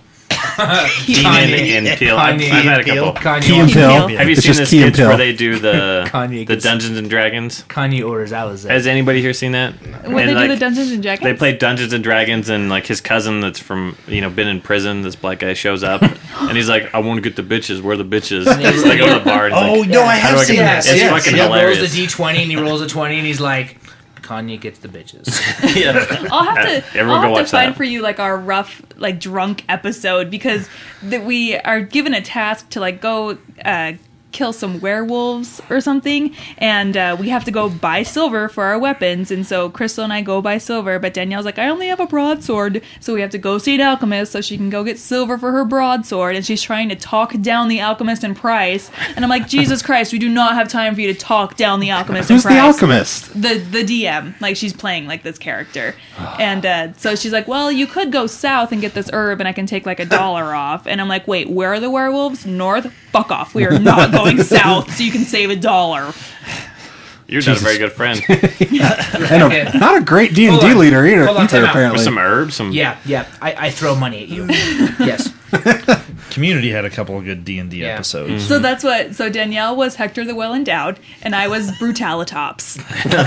H: Keenan and Peel. I've, I've had a couple.
B: Key and
C: Kanye,
B: pill.
H: Have you
B: It's
H: seen
B: just
H: the
B: Key and
H: skits where
B: Peele.
H: they do the
C: Kanye
H: the
C: gets-
H: Dungeons and Dragons?
C: Kanye orders Alizé.
H: Has anybody here seen that?
I: when
H: And,
I: they
H: like,
I: do the Dungeons and Dragons,
H: they play Dungeons and Dragons, and like his cousin that's from you know been in prison. This black guy shows up, and he's like, "I want to get the bitches. Where are the bitches?" He's like, "Go to the bar." and he's
F: Oh
H: like,
F: no, I
H: How do
F: have
H: I
F: seen
H: get
F: that.
H: this? It's
F: Yes.
H: fucking
C: he
H: hilarious.
C: rolls the D twenty and he rolls a twenty and he's like, Kanye gets the bitches.
H: yeah.
I: <laughs> I'll have
H: Yeah,
I: to.
H: <laughs> everyone
I: I'll
H: go
I: have
H: watch
I: to find
H: that.
I: for you like our rough, like drunk episode because that we are given a task to like go uh, kill some werewolves or something, and uh, we have to go buy silver for our weapons. And so Crystal and I go buy silver, but Danielle's like, I only have a broadsword, so we have to go see an alchemist so she can go get silver for her broadsword. And she's trying to talk down the alchemist and Price, and I'm like, Jesus Christ, we do not have time for you to talk down the alchemist and
B: Who's
I: Price
B: the
I: <laughs>
B: alchemist?
I: the the DM. Like she's playing like this character, and uh, so she's like, "Well, you could go south and get this herb, and I can take like a dollar <laughs> off." And I'm like, "Wait, where are the werewolves? North? Fuck off! We are
B: <laughs>
I: not going south, so you can save a dollar."
H: You're not a very good friend.
B: And a, not a great D and
C: Hold
B: D
C: on.
B: leader either.
C: Hold on,
B: either,
C: time out.
H: With
B: apparently,
H: some herbs,
C: <laughs>
H: some
C: Yeah, yeah. I, I throw money <laughs> at you. yes.
F: Community had a couple of good D and D
C: Yeah.
K: Mm-hmm.
F: episodes.
I: So that's what. So Danielle was Hector the Well Endowed, and I was Brutalitops.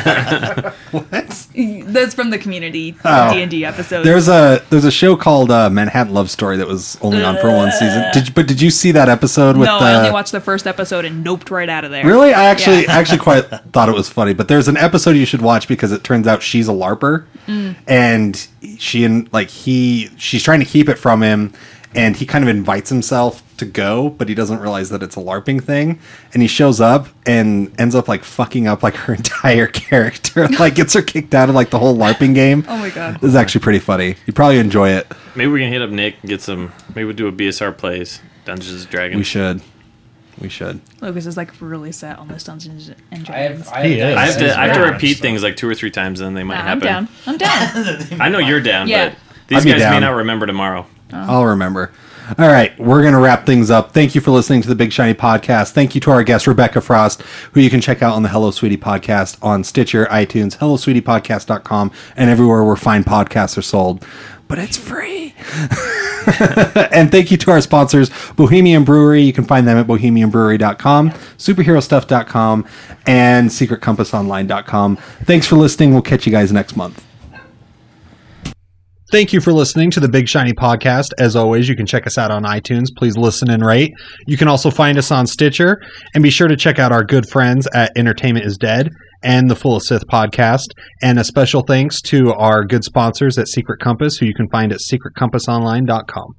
B: <laughs> What?
I: <laughs> That's from the community D
B: Oh.
I: and D episode.
B: There's a there's a show called uh, Manhattan Love Story that was only on for one season. Did you, but did you see that episode with
I: no,
B: the?
I: I only watched the first episode and noped right out of there.
B: Really? I actually
I: Yeah.
B: I actually
I: <laughs>
B: quite thought it was funny, but there's an episode you should watch because it turns out she's a larper
I: Mm.
B: and she and like he she's trying to keep it from him and he kind of invites himself to go, but he doesn't realize that it's a larping thing and he shows up and ends up like fucking up like her <laughs> entire character. <laughs> like gets her kicked out of like the whole larping game.
I: Oh my God.
B: This is actually pretty funny. You probably enjoy it.
H: Maybe we can hit up Nick and get some. Maybe we'll do a BSR plays Dungeons and Dragons.
B: We should. We should.
I: Lucas is like really set on this Dungeons and Dragons.
C: I have. I
F: He
C: have
F: is.
H: I have
F: This
H: to. I have to
F: very
H: repeat
F: much so.
H: things like two or three times, and then they might happen.
I: I'm down.
C: <laughs>
I: I'm down.
H: I know you're down,
I: Yeah.
H: but these
B: I'd be
H: guys may
B: down.
H: not remember tomorrow.
B: Oh. I'll remember. All right, we're going to wrap things up. Thank you for listening to the Big Shiny Podcast. Thank you to our guest, Rebecca Frost, who you can check out on the Hello Sweetie podcast on Stitcher, iTunes, HelloSweetiePodcast.com, and everywhere where fine podcasts are sold. But it's free. <laughs> and thank you to our sponsors, Bohemian Brewery. You can find them at bohemianbrewery.com, superherostuff.com, and secretcompassonline.com. Thanks for listening. We'll catch you guys next month. Thank you for listening to the Big Shiny Podcast. As always, you can check us out on iTunes. Please listen and rate. You can also find us on Stitcher. And be sure to check out our good friends at Entertainment is Dead and the Full of Sith podcast. And a special thanks to our good sponsors at Secret Compass, who you can find at secretcompassonline.com.